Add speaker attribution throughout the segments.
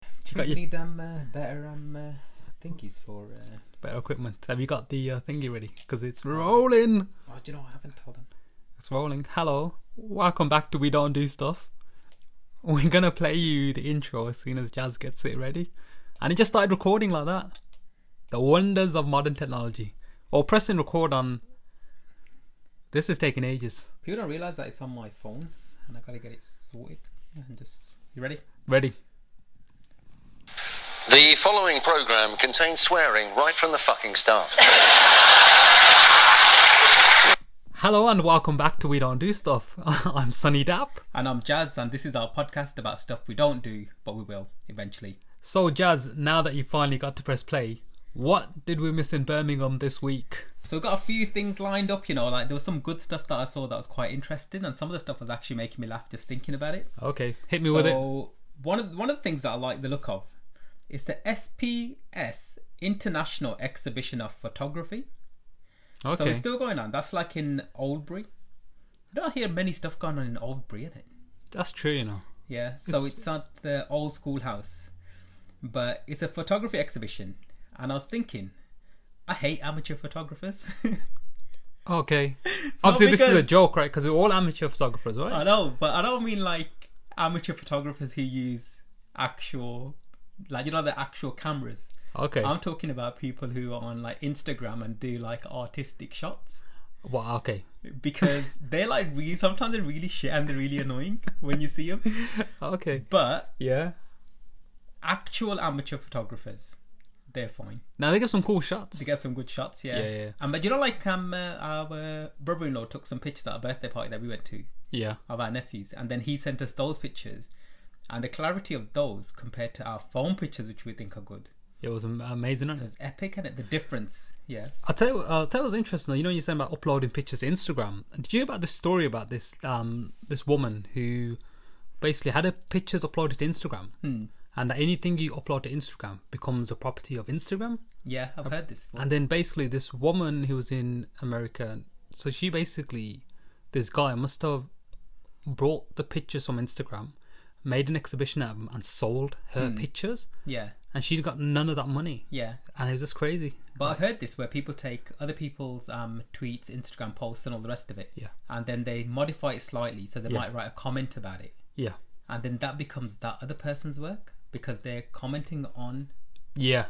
Speaker 1: Got
Speaker 2: think we
Speaker 1: your-
Speaker 2: need um uh, better um uh, thingies for. Uh...
Speaker 1: Better equipment. Have you got the uh, thingy ready? Because it's rolling.
Speaker 2: Oh, do you know I haven't? Hold on.
Speaker 1: It's rolling. Hello. Welcome back to We Don't Do Stuff. We're going to play you the intro as soon as Jazz gets it ready. And it just started recording like that. The wonders of modern technology. Or pressing record on. This is taking ages.
Speaker 2: People don't realize that it's on my phone, and I gotta get it sorted. And just you ready?
Speaker 1: Ready.
Speaker 3: The following program contains swearing right from the fucking start.
Speaker 1: Hello and welcome back to We Don't Do Stuff. I'm Sunny Dapp.
Speaker 2: And I'm Jazz, and this is our podcast about stuff we don't do, but we will eventually.
Speaker 1: So, Jazz, now that you finally got to press play, what did we miss in Birmingham this week?
Speaker 2: So we've got a few things lined up, you know. Like there was some good stuff that I saw that was quite interesting, and some of the stuff was actually making me laugh just thinking about it.
Speaker 1: Okay, hit me with it.
Speaker 2: So one of one of the things that I like the look of is the SPS International Exhibition of Photography. So
Speaker 1: Okay.
Speaker 2: it's still going on. That's like in Oldbury. You don't hear many stuff going on in Oldbury, innit?
Speaker 1: That's true, you know.
Speaker 2: Yeah. So
Speaker 1: It's-
Speaker 2: it's at the old schoolhouse, but it's a photography exhibition, and I was thinking, I hate amateur photographers.
Speaker 1: Okay. Obviously, this is a
Speaker 2: because-
Speaker 1: joke, right? Because Uh, we're all amateur photographers, right?
Speaker 2: I know, but I don't mean like amateur photographers who use actual, like you know, the actual cameras.
Speaker 1: okay.
Speaker 2: I'm talking about people who are on like Instagram and do like artistic shots
Speaker 1: Well, okay.
Speaker 2: because they're like really sometimes they're really shit and they're really annoying when you see them.
Speaker 1: Okay.
Speaker 2: But
Speaker 1: Yeah.
Speaker 2: actual amateur photographers, they're fine.
Speaker 1: Now they give some cool shots.
Speaker 2: They get some good shots, yeah.
Speaker 1: Yeah, yeah.
Speaker 2: Um, but you know, like um, uh, our brother-in-law took some pictures at a birthday party that we went to
Speaker 1: Yeah.
Speaker 2: of our nephews, and then he sent us those pictures, and the clarity of those compared to our phone pictures, which we think are good,
Speaker 1: It was am- amazing. Right?
Speaker 2: was epic, and the difference, yeah.
Speaker 1: I'll tell you. I'll tell you what's interesting. though. You know, you said about uploading pictures to Instagram. Did you hear about this story about this um this woman who basically had her pictures uploaded to Instagram, and that anything you upload to Instagram becomes a property of Instagram.
Speaker 2: Yeah, I've heard this. Before.
Speaker 1: And then basically, this woman who was in America, so she basically, this guy must have brought the pictures from Instagram, made an exhibition out of them, and sold her
Speaker 2: Hmm.
Speaker 1: pictures.
Speaker 2: Yeah,
Speaker 1: And she got none of that money.
Speaker 2: yeah.
Speaker 1: And it was just crazy.
Speaker 2: But I've heard this where people take other people's um, tweets, Instagram posts, and all the rest of it,
Speaker 1: Yeah.
Speaker 2: and then they modify it slightly, so they
Speaker 1: Yeah.
Speaker 2: might write a comment about it,
Speaker 1: Yeah.
Speaker 2: and then that becomes that other person's work because they're commenting on.
Speaker 1: Yeah.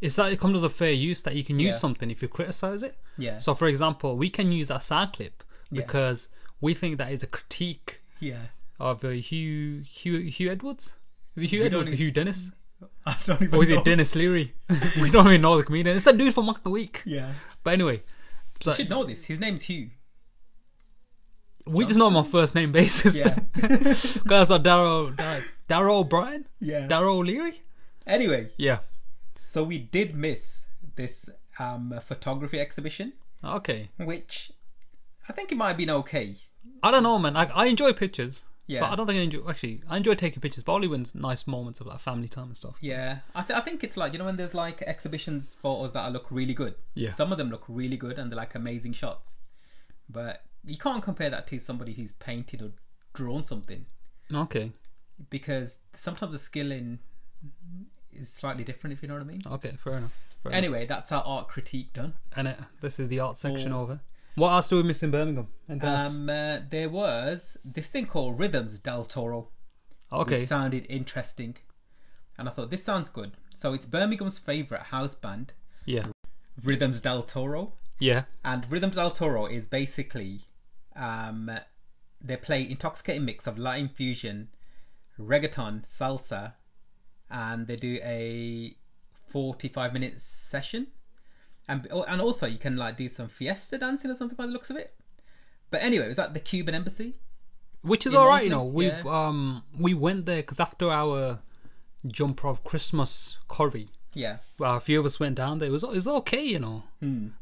Speaker 1: It's that it comes as a fair use that you can use
Speaker 2: Yeah.
Speaker 1: something if you criticize it.
Speaker 2: Yeah.
Speaker 1: So, for example, we can use that sound clip
Speaker 2: Yeah.
Speaker 1: because we think that is a critique
Speaker 2: Yeah.
Speaker 1: of uh, Hugh, Hugh Hugh Edwards. Is it Hugh
Speaker 2: We don't
Speaker 1: Edwards or
Speaker 2: e-
Speaker 1: Hugh Dennis?
Speaker 2: I don't even.
Speaker 1: Or Oh, is
Speaker 2: know.
Speaker 1: it Dennis Leary? we don't even know the comedian. It's that dude from Mock the Week.
Speaker 2: Yeah.
Speaker 1: But anyway, so
Speaker 2: You should know this. His name's Hugh.
Speaker 1: we just know him on first name basis.
Speaker 2: Yeah.
Speaker 1: Guys are Daryl Dar- Daryl O'Brien?
Speaker 2: Yeah.
Speaker 1: Daryl O'Leary?
Speaker 2: Anyway,
Speaker 1: Yeah.
Speaker 2: so we did miss this um, photography exhibition,
Speaker 1: Okay.
Speaker 2: which I think it might have been okay.
Speaker 1: I don't know man. I, I enjoy pictures.
Speaker 2: Yeah.
Speaker 1: But I don't think I enjoy actually I enjoy taking pictures, but only when it's nice moments of like family time and stuff.
Speaker 2: Yeah, I, th- I think it's like you know when there's like exhibitions photos that look really good.
Speaker 1: Yeah.
Speaker 2: Some of them look really good and they're like amazing shots, but you can't compare that to somebody who's painted or drawn something
Speaker 1: Okay.
Speaker 2: because sometimes the skill in is slightly different. If you know what I mean.
Speaker 1: Okay, fair enough. Fair
Speaker 2: Anyway, that's our art critique done.
Speaker 1: enough. And uh, this is the art section over. What else do we miss in Birmingham? And
Speaker 2: Um, uh, there was this thing called Rhythms Del Toro.
Speaker 1: okay.
Speaker 2: which sounded interesting. And I thought, this sounds good. So it's Birmingham's favourite house band,
Speaker 1: yeah.
Speaker 2: Rhythms Del Toro.
Speaker 1: Yeah.
Speaker 2: And Rhythms Del Toro is basically um, they play intoxicating mix of Latin fusion, reggaeton, salsa, and they do a 45 minute session. And, oh, and also you can like do some fiesta dancing or something by the looks of it. But anyway, it was at the Cuban embassy.
Speaker 1: which is
Speaker 2: In
Speaker 1: all right. You know,
Speaker 2: Mosley?
Speaker 1: we
Speaker 2: Yeah.
Speaker 1: um we went there because after our jump off Christmas curry,
Speaker 2: Yeah.
Speaker 1: well, a few of us went down there. It was it was okay, you know.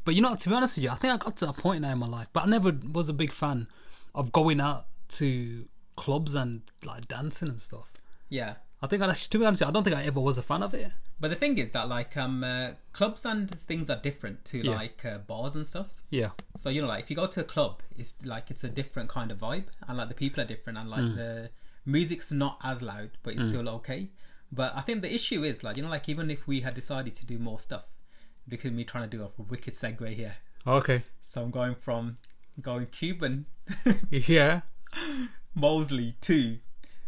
Speaker 1: But you know, to be honest with you, I think I got to that point now in my life, but I never was a big fan of going out to clubs and like dancing and stuff.
Speaker 2: Yeah.
Speaker 1: I think I actually, to be honest, with you, I don't think I ever was a fan of it.
Speaker 2: But the thing is that like um uh, clubs and things are different to
Speaker 1: Yeah.
Speaker 2: like uh, bars and stuff.
Speaker 1: Yeah,
Speaker 2: So you know like if you go to a club, it's like it's a different kind
Speaker 1: Mm.
Speaker 2: of vibe, and like the people are different, and like the music's not as loud, but it's still okay. But I think the issue is like you know, like even if we had decided to do more stuff, look at me trying to do a wicked segue here.
Speaker 1: Okay.
Speaker 2: So I'm going from going Cuban
Speaker 1: Yeah.
Speaker 2: Mosley too.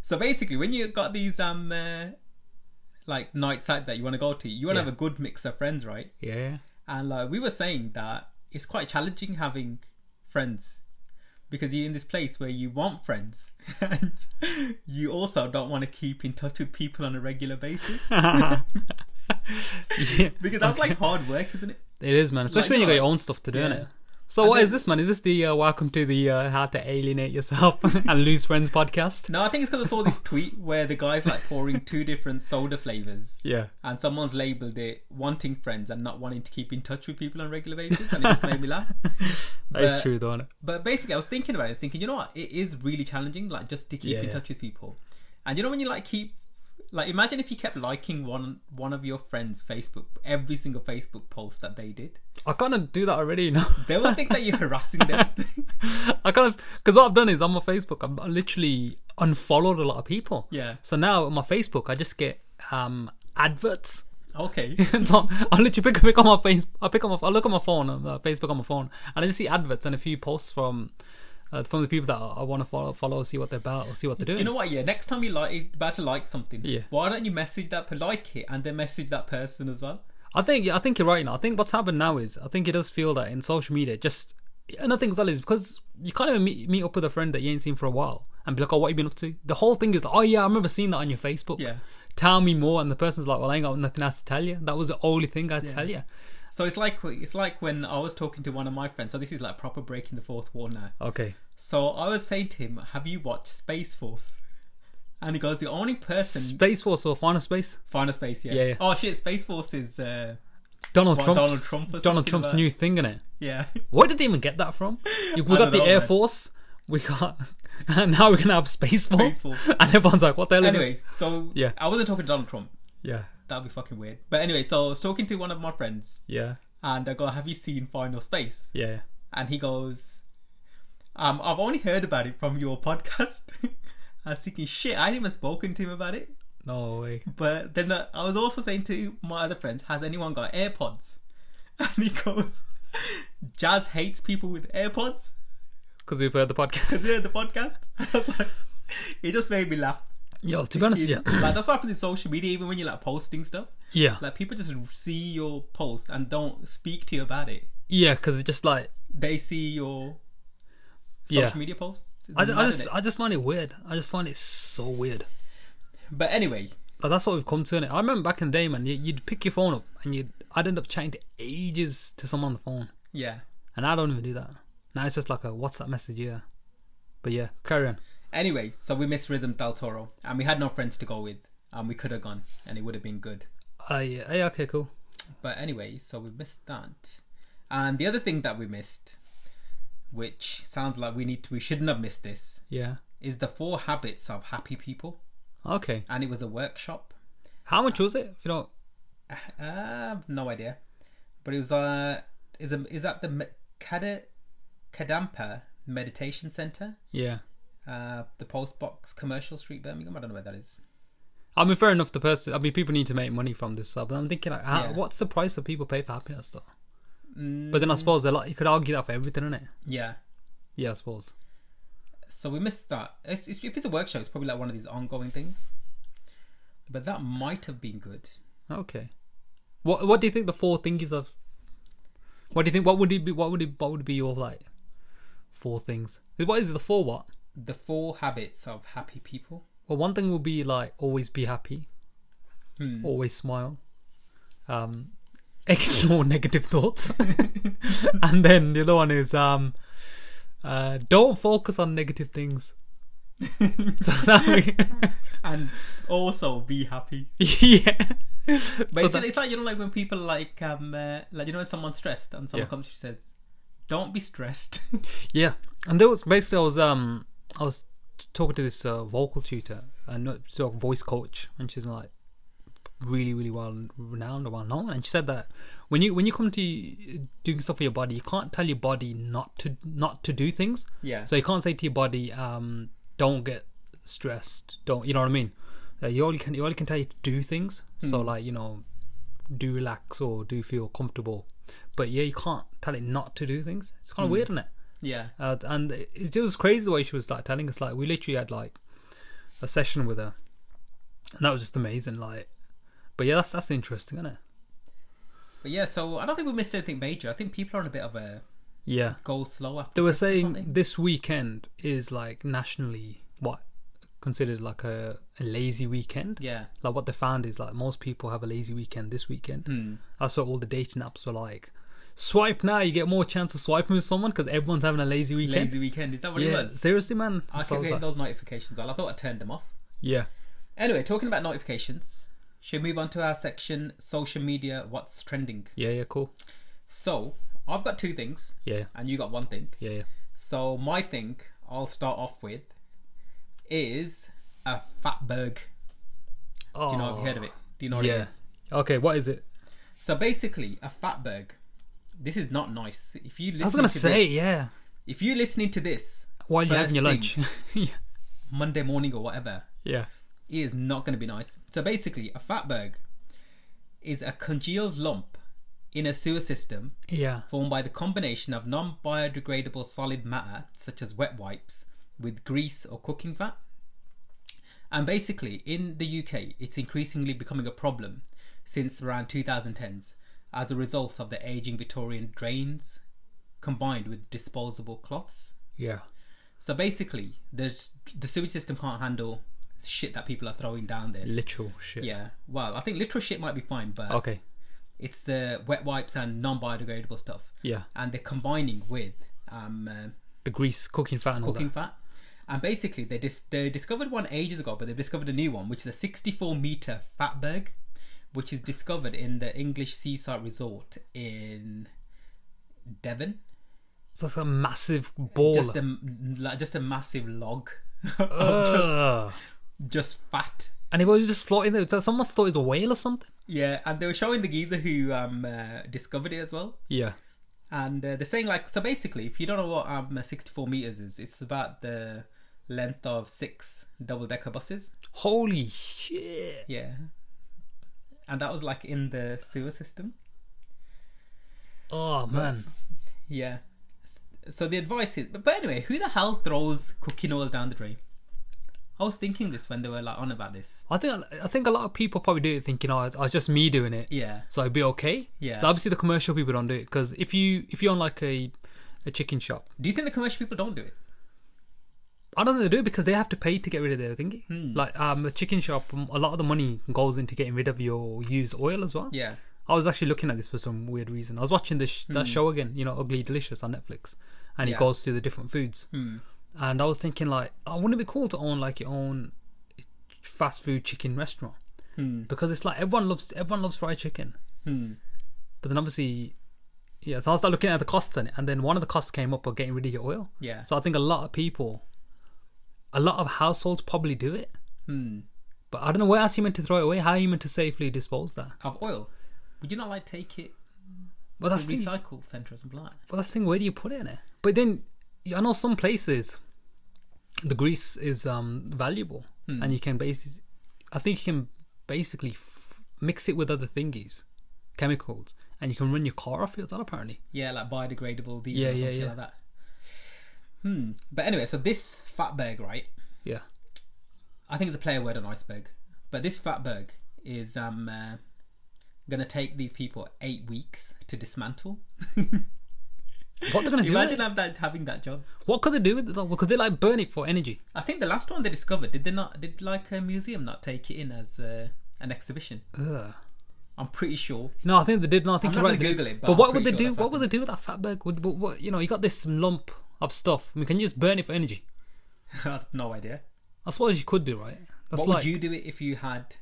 Speaker 2: So basically, when you got these um uh, like nights out that you want to go to, you want to
Speaker 1: Yeah.
Speaker 2: have a good mix of friends, right?
Speaker 1: Yeah.
Speaker 2: And like we were saying that it's quite challenging having friends because you're in this place where you want friends and you also don't want to keep in touch with people on a regular basis
Speaker 1: yeah.
Speaker 2: because that's like hard work, isn't it?
Speaker 1: It is, man. Especially
Speaker 2: Like,
Speaker 1: when you got
Speaker 2: no,
Speaker 1: your own stuff to do,
Speaker 2: yeah.
Speaker 1: innit? So what is
Speaker 2: then-
Speaker 1: this, man? Is this the uh, Welcome to the uh, How to Alienate Yourself and Lose Friends podcast?
Speaker 2: No, I think it's because I saw this tweet where the guy's like pouring two different soda flavors.
Speaker 1: Yeah.
Speaker 2: and someone's labeled it wanting friends and not wanting to keep in touch with people on a regular basis, and it just made me laugh.
Speaker 1: That is
Speaker 2: But-
Speaker 1: true, though. innit?
Speaker 2: But basically, I was thinking about it, I was thinking, you know what, it is really challenging, like just to keep
Speaker 1: Yeah,
Speaker 2: in
Speaker 1: yeah.
Speaker 2: touch with people. And you know when you like keep, like imagine if you kept liking one one of your friends' Facebook, every single Facebook post that they did,
Speaker 1: I kind of do that already, you know?
Speaker 2: they will think that you're harassing them.
Speaker 1: I kind of because what I've done is on my Facebook, I've literally unfollowed a lot of people.
Speaker 2: Yeah.
Speaker 1: So now on my Facebook, I just get um adverts.
Speaker 2: okay,
Speaker 1: And so I literally pick, pick on my face. I pick on my. I look on my phone, on my Facebook on my phone, and I just see adverts and a few posts from uh, from the people that I, want to follow, follow, see what they're about, or see what they're doing.
Speaker 2: you know what? Yeah, next time you like about to like something,
Speaker 1: Yeah.
Speaker 2: why don't you message that per- like it and then message that person as well?
Speaker 1: I think I think you're right. Now I think what's happened now is I think it does feel that in social media, just another thing as well is because you can't even meet, meet up with a friend that you ain't seen for a while and be like, oh, what you been up to? The whole thing is like, oh yeah, I remember seeing that on your Facebook.
Speaker 2: Yeah.
Speaker 1: Tell me more, and the person's like, well, I ain't got nothing else to tell you. That was the only thing I had to tell you.
Speaker 2: So it's like it's like when I was talking to one of my friends. So this is like proper breaking the fourth wall now.
Speaker 1: Okay.
Speaker 2: So I was saying to him, "Have you watched Space Force?" And he goes, "The only person
Speaker 1: Space Force or Final Space?
Speaker 2: Final Space, yeah.
Speaker 1: Yeah, yeah.
Speaker 2: Oh shit, Space Force is uh,
Speaker 1: Donald
Speaker 2: What,
Speaker 1: Trump's
Speaker 2: Donald Trump was
Speaker 1: Donald
Speaker 2: talking
Speaker 1: Trump's
Speaker 2: about?
Speaker 1: new thing in it.
Speaker 2: yeah,
Speaker 1: Where did they even get that from? You- We
Speaker 2: I
Speaker 1: got
Speaker 2: don't
Speaker 1: the
Speaker 2: know,
Speaker 1: Air
Speaker 2: man.
Speaker 1: Force. We got, and now we're gonna have Space Force.
Speaker 2: Space Force.
Speaker 1: And everyone's like, what the hell is
Speaker 2: anyway,
Speaker 1: this?
Speaker 2: so
Speaker 1: Yeah.
Speaker 2: I wasn't talking to Donald Trump.
Speaker 1: Yeah.
Speaker 2: That'd be fucking weird. But anyway, so I was talking to one of my friends,
Speaker 1: Yeah.
Speaker 2: and I go, "Have you seen Final Space?"
Speaker 1: Yeah.
Speaker 2: And he goes, um, "I've only heard about it from your podcast." I was thinking, "Shit, I hadn't even spoken to him about it."
Speaker 1: No way.
Speaker 2: But then uh, I was also saying to my other friends, has anyone got AirPods? And he goes, Jazz hates people with AirPods.
Speaker 1: because we've heard the
Speaker 2: Is
Speaker 1: podcast.
Speaker 2: it the podcast? And I was like, it just made me laugh.
Speaker 1: Yo, to be honest,
Speaker 2: It-
Speaker 1: yeah,
Speaker 2: like that's what happens in social media, even when you're like posting stuff.
Speaker 1: yeah,
Speaker 2: Like people just see your post and don't speak to you about it.
Speaker 1: yeah, because it's just like
Speaker 2: They see your social
Speaker 1: yeah.
Speaker 2: media posts. It's
Speaker 1: I, ju- I
Speaker 2: mad,
Speaker 1: just
Speaker 2: innit?
Speaker 1: I just find it weird. I just find it so weird.
Speaker 2: But anyway,
Speaker 1: Like that's what we've come to. Innit? I remember back in the day, man. You, you'd pick your phone up and you'd I'd end up chatting to ages to someone on the phone,
Speaker 2: yeah.
Speaker 1: and I don't even do that now. It's just like a WhatsApp message, yeah. But yeah, carry on.
Speaker 2: Anyway, so we missed Rhythm Del Toro and we had no friends to go with and we could have gone and it would have been good.
Speaker 1: Uh, yeah, hey, okay, cool.
Speaker 2: But anyway, so we missed that. And the other thing that we missed, which sounds like we need to, we shouldn't have missed this,
Speaker 1: Yeah,
Speaker 2: is the four habits of happy people.
Speaker 1: okay.
Speaker 2: And it was a workshop.
Speaker 1: How much was it? If you don't,
Speaker 2: I have Uh, no idea, but it was uh is a is at the Me- Kada Kadampa Meditation Center,
Speaker 1: yeah.
Speaker 2: uh the Post Box Commercial Street, Birmingham. I don't know where that is.
Speaker 1: I mean, fair enough. The person, I mean, people need to make money from this stuff. But I'm thinking, like, how,
Speaker 2: Yeah.
Speaker 1: what's the price that people pay for happiness, though? But then I suppose they're like, you could argue that for everything, innit?
Speaker 2: Yeah.
Speaker 1: Yeah, I suppose.
Speaker 2: So we missed that. It's, it's, if it's a workshop, it's probably like one of these ongoing things. But that might have been good.
Speaker 1: Okay. What What do you think the four things of? What do you think? What would it be? What would it? What would be your like four things? What is it? The four what?
Speaker 2: the four habits of happy people.
Speaker 1: Well, one thing will be like always be happy, always smile, um, ignore negative thoughts, and then the other one is um, uh, don't focus on negative things. so that we,
Speaker 2: And also be happy.
Speaker 1: yeah.
Speaker 2: But
Speaker 1: So
Speaker 2: it's,
Speaker 1: that-
Speaker 2: it's like you know, like when people like um, uh, like you know, when someone's stressed and someone
Speaker 1: Yeah.
Speaker 2: comes, she says, "Don't be stressed."
Speaker 1: Yeah, and there was basically I was um I was talking to this uh, vocal tutor and uh, sort of voice coach, and she's like really really well renowned and well known, and she said that when you when you come to doing stuff for your body, you can't tell your body not to not to do things.
Speaker 2: Yeah.
Speaker 1: So you can't say to your body, um, don't get stressed, don't you know what I mean? Uh, you only can you only can tell you to do things. So like you know, do relax or do feel comfortable. But yeah, you can't tell it not to do things. It's kind of weird, isn't it?
Speaker 2: Yeah.
Speaker 1: Uh, and it it was crazy the way she was like telling us. Like we literally had like a session with her, and that was just amazing. Like, but yeah, that's that's interesting, isn't it?
Speaker 2: But yeah, so I don't think we missed anything major. I think people are on a bit of a
Speaker 1: Yeah.
Speaker 2: go slow after.
Speaker 1: They were saying
Speaker 2: something.
Speaker 1: this weekend is like nationally what considered like a, a lazy weekend.
Speaker 2: Yeah.
Speaker 1: Like what they found is like most people have a lazy weekend this weekend.
Speaker 2: Hmm.
Speaker 1: Mm. That's what all the dating apps were like. Swipe now, you get more chance of swiping with someone because everyone's having a lazy weekend.
Speaker 2: Lazy weekend. Is that what
Speaker 1: yeah,
Speaker 2: it was?
Speaker 1: seriously, man.
Speaker 2: I
Speaker 1: So I
Speaker 2: kept
Speaker 1: was
Speaker 2: getting
Speaker 1: like-
Speaker 2: those notifications on. I thought I turned them off.
Speaker 1: yeah,
Speaker 2: Anyway, talking about notifications, should we move on to our section social media, what's trending?
Speaker 1: yeah, yeah, cool.
Speaker 2: So, I've got two things,
Speaker 1: Yeah,
Speaker 2: and you got one thing.
Speaker 1: yeah, yeah.
Speaker 2: So, my thing I'll start off with is a fatberg. Do
Speaker 1: Oh,
Speaker 2: you know, have you heard of it? Do you know what it
Speaker 1: Yeah.
Speaker 2: is?
Speaker 1: Oh, Okay, what is it?
Speaker 2: So, basically, a fatberg. This is not nice. If you listen
Speaker 1: I was gonna
Speaker 2: to
Speaker 1: say,
Speaker 2: this,
Speaker 1: yeah.
Speaker 2: if you're listening to this
Speaker 1: While you're
Speaker 2: First
Speaker 1: having your lunch.
Speaker 2: thing.
Speaker 1: yeah.
Speaker 2: Monday morning or whatever,
Speaker 1: yeah.
Speaker 2: is not going to be nice. So basically, a fatberg is a congealed lump in a sewer system
Speaker 1: Yeah.
Speaker 2: formed by the combination of non biodegradable solid matter, such as wet wipes, with grease or cooking fat. And basically, in the UK, it's increasingly becoming a problem since around 2010s as a result of the aging Victorian drains combined with disposable cloths.
Speaker 1: Yeah.
Speaker 2: So basically, there's, the sewage system can't handle shit that people are throwing down there.
Speaker 1: Literal shit.
Speaker 2: Yeah. Well, I think literal shit might be fine, but
Speaker 1: Okay.
Speaker 2: it's the wet wipes and non-biodegradable stuff,
Speaker 1: Yeah.
Speaker 2: and they're combining with um, uh,
Speaker 1: the grease cooking fat and all
Speaker 2: cooking
Speaker 1: that.
Speaker 2: fat. And basically, they dis- they discovered one ages ago, but they've discovered a new one, which is a 64 meter fatberg, which is discovered in the English seaside resort in Devon.
Speaker 1: It's like a massive ball.
Speaker 2: Just a like, just a massive log of
Speaker 1: Ugh.
Speaker 2: just, just fat.
Speaker 1: and it was just floating there. Someone almost thought it was a whale or something.
Speaker 2: Yeah, and they were showing the geezer who um, uh, discovered it as well.
Speaker 1: Yeah.
Speaker 2: and uh, they're saying like so basically if you don't know what um 64 meters is it's about the length of six double decker buses
Speaker 1: Holy shit.
Speaker 2: yeah and that was like in the sewer system
Speaker 1: Oh man.
Speaker 2: yeah S- so the advice is but, but anyway who the hell throws cooking oil down the drain i was thinking this when they were like on about this
Speaker 1: I think I think a lot of people probably do it thinking, "Oh, it's, oh, it's just me doing it,
Speaker 2: yeah
Speaker 1: so it'd be okay."
Speaker 2: Yeah.
Speaker 1: But obviously, the commercial people don't do it because if you if you're on like a a chicken shop,
Speaker 2: do you think the commercial people don't do it
Speaker 1: I don't think they do because they have to pay to get rid of their thingy.
Speaker 2: Hmm.
Speaker 1: Like um, a chicken shop, um, a lot of the money goes into getting rid of your used oil as well.
Speaker 2: yeah
Speaker 1: I was actually looking at this for some weird reason. I was watching this sh- that show again, you know, Ugly Delicious on Netflix,
Speaker 2: Hmm.
Speaker 1: and it
Speaker 2: Yeah. Hmm.
Speaker 1: goes through the different foods. And I was thinking, like, oh, wouldn't it be cool to own like your own fast food chicken restaurant?
Speaker 2: Hmm.
Speaker 1: Because it's like everyone loves everyone loves fried chicken, but then obviously, yeah. So I started looking at the costs on it, and then one of the costs came up of getting rid of your oil.
Speaker 2: Yeah.
Speaker 1: So I think a lot of people, a lot of households probably do it.
Speaker 2: Hmm.
Speaker 1: But I don't know where else you meant to throw it away. How are you meant to safely dispose that?
Speaker 2: of oil would you not like take it
Speaker 1: Well,
Speaker 2: to
Speaker 1: that's the,
Speaker 2: recycle centre or something like that
Speaker 1: But that's the thing, where do you put it in it? But then I know some places the grease is um valuable
Speaker 2: Hmm.
Speaker 1: and you can base I think you can basically f- mix it with other thingies, chemicals, and you can run your car off it as well, apparently.
Speaker 2: Yeah, like biodegradable diesel
Speaker 1: Yeah,
Speaker 2: or
Speaker 1: yeah,
Speaker 2: something
Speaker 1: yeah.
Speaker 2: like that. Hmm. But anyway, so this fatberg, right?
Speaker 1: Yeah.
Speaker 2: I think it's a player word on iceberg. But this fatberg is um uh, gonna take these people eight weeks to dismantle.
Speaker 1: What they're gonna do? with
Speaker 2: Imagine
Speaker 1: it?
Speaker 2: have that having that job.
Speaker 1: What could they do with it though? Well, Could they like burn it for energy?
Speaker 2: I think the last one they discovered did they not did like a museum not take it in as uh, an exhibition?
Speaker 1: Ugh.
Speaker 2: I'm pretty sure.
Speaker 1: No, I think they did. No, I think
Speaker 2: I'm
Speaker 1: you're
Speaker 2: not
Speaker 1: right.
Speaker 2: gonna
Speaker 1: they-
Speaker 2: Google it, but
Speaker 1: but
Speaker 2: I'm
Speaker 1: what would
Speaker 2: pretty
Speaker 1: they
Speaker 2: sure
Speaker 1: do?
Speaker 2: that's
Speaker 1: What would they do with that fatberg? Would what, what you know? You got this lump of stuff. I mean, can you just burn it for energy?
Speaker 2: I've no idea.
Speaker 1: I suppose you could do right. That's
Speaker 2: What
Speaker 1: like.
Speaker 2: would you do it if you had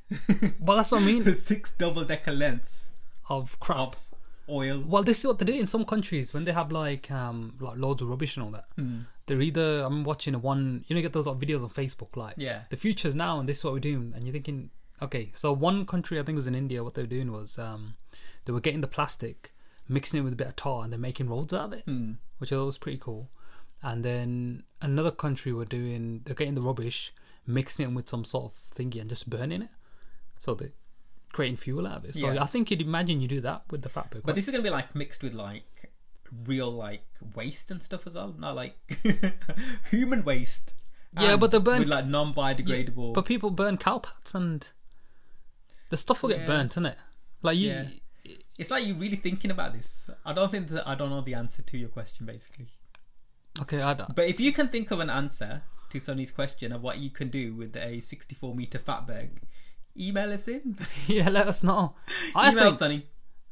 Speaker 1: Well, that's what I mean.
Speaker 2: six double decker lengths
Speaker 1: Of crap.
Speaker 2: of oil?
Speaker 1: Well, this is what they do in some countries when they have like um like loads of rubbish and all that.
Speaker 2: Hmm.
Speaker 1: Mm. They're either I'm watching a one you know you get those like, videos on Facebook like
Speaker 2: Yeah.
Speaker 1: the future's now and this is what we're doing and you're thinking okay so one country I think was in India what they were doing was um they were getting the plastic mixing it with a bit of tar and they're making roads out of it
Speaker 2: Hmm.
Speaker 1: mm. which I thought was pretty cool and then another country were doing they're getting the rubbish mixing it with some sort of thingy and just burning it. So they're creating fuel out of it. So
Speaker 2: Yeah.
Speaker 1: I think you'd imagine you do that with the fat burger.
Speaker 2: But this is gonna be like mixed with like real like waste and stuff as well, not like human waste.
Speaker 1: Yeah,
Speaker 2: And
Speaker 1: but the burn-
Speaker 2: with like non-biodegradable.
Speaker 1: But people burn cow pads and the stuff will get
Speaker 2: Yeah.
Speaker 1: burnt, innit? Like you,
Speaker 2: Yeah. It's like you're really thinking about this. I don't think that I don't know the answer to your question basically.
Speaker 1: okay, I don't.
Speaker 2: But if you can think of an answer to Sonny's question of what you can do with a 64 meter fatberg, email us in.
Speaker 1: Yeah, let us know. I
Speaker 2: email
Speaker 1: think
Speaker 2: Sonny.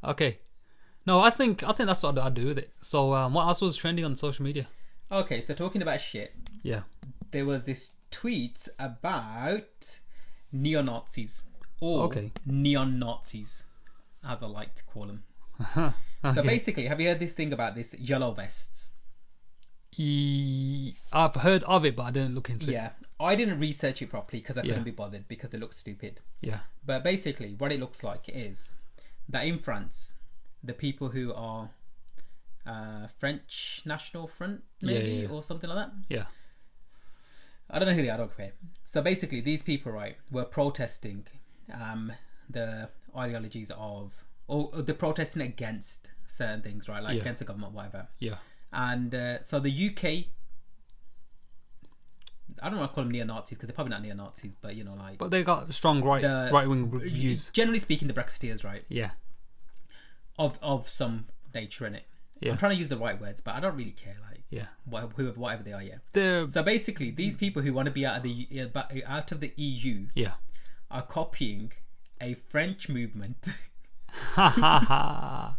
Speaker 1: okay. No, I think I think that's what I do with it. So, um, what else was trending on social media?
Speaker 2: Okay, so talking about shit,
Speaker 1: Yeah.
Speaker 2: there was this tweet about neo Nazis or
Speaker 1: Okay.
Speaker 2: neon Nazis, as I like to call them. So basically, have you heard this thing about this yellow vests?
Speaker 1: E- I've heard of it, but I didn't look into it.
Speaker 2: Yeah, I didn't research it properly because I couldn't
Speaker 1: Yeah.
Speaker 2: be bothered because it looks stupid.
Speaker 1: Yeah.
Speaker 2: But basically, what it looks like is that in France, the people who are uh, French National Front,
Speaker 1: Yeah,
Speaker 2: maybe,
Speaker 1: yeah, yeah.
Speaker 2: or something like that.
Speaker 1: Yeah.
Speaker 2: I don't know who they are, I don't care. So basically, these people, right, were protesting um, the ideologies of, or, or they're protesting against certain things, right, like
Speaker 1: Yeah.
Speaker 2: against the government, whatever.
Speaker 1: Yeah.
Speaker 2: And uh, so the UK, I don't want to call them neo Nazis because they're probably not neo Nazis, but you know, like.
Speaker 1: But they got strong right
Speaker 2: The-
Speaker 1: right wing views.
Speaker 2: Generally speaking, the Brexiteers, right?
Speaker 1: Yeah.
Speaker 2: of of some nature in it.
Speaker 1: Yeah.
Speaker 2: I'm trying to use the right words, but I don't really care. Like
Speaker 1: Yeah.
Speaker 2: wh- whoever, whatever they are, yeah.
Speaker 1: They're
Speaker 2: So basically,
Speaker 1: Hmm.
Speaker 2: these people who want to be out of the yeah, but uh, out of the E EU
Speaker 1: yeah.
Speaker 2: are copying a French movement.
Speaker 1: Ha ha ha.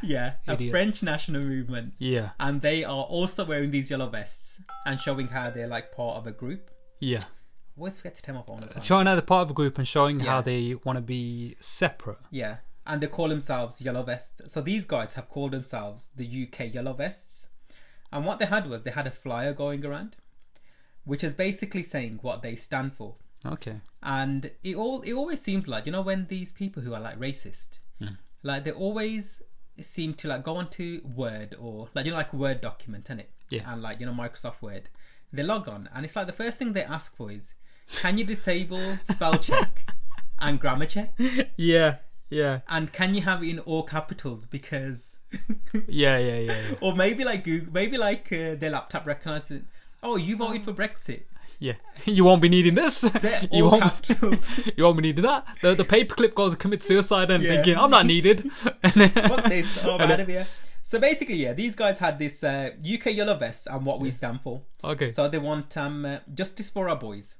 Speaker 2: yeah, a
Speaker 1: Idiots.
Speaker 2: French national movement,
Speaker 1: Yeah.
Speaker 2: and they are also wearing these yellow vests and showing how they're like part of a group.
Speaker 1: Yeah.
Speaker 2: I always forget to turn my phone. on.
Speaker 1: Showing how they're part of a group and showing how
Speaker 2: Yeah.
Speaker 1: they want to be separate.
Speaker 2: Yeah, and they call themselves Yellow Vests. So these guys have called themselves the UK Yellow Vests. And what they had was they had a flyer going around, which is basically saying what they stand for.
Speaker 1: Okay.
Speaker 2: And it all it always seems like you know when these people who are like racist,
Speaker 1: Hmm.
Speaker 2: like they always seem to like go onto Word or like you know like Word document, innit?
Speaker 1: Yeah.
Speaker 2: And like you know Microsoft Word, they log on and it's like the first thing they ask for is, can you disable spell check and grammar check?
Speaker 1: Yeah. Yeah.
Speaker 2: and can you have it in all capitals because
Speaker 1: Yeah. Yeah. Yeah. yeah.
Speaker 2: or maybe like google maybe like uh, their laptop recognizes oh you voted for brexit
Speaker 1: Yeah, you won't be needing this.
Speaker 2: Set
Speaker 1: you
Speaker 2: all
Speaker 1: won't.
Speaker 2: capitals.
Speaker 1: you won't be needing that. The, the paperclip goes to commit suicide and
Speaker 2: Yeah.
Speaker 1: thinking I'm not needed. and then,
Speaker 2: Fuck this oh, I'm
Speaker 1: and
Speaker 2: out
Speaker 1: then-
Speaker 2: of here so basically yeah these guys had this uh, uk yellow vest and what we stand for
Speaker 1: Okay.
Speaker 2: so they want um, uh, justice for our boys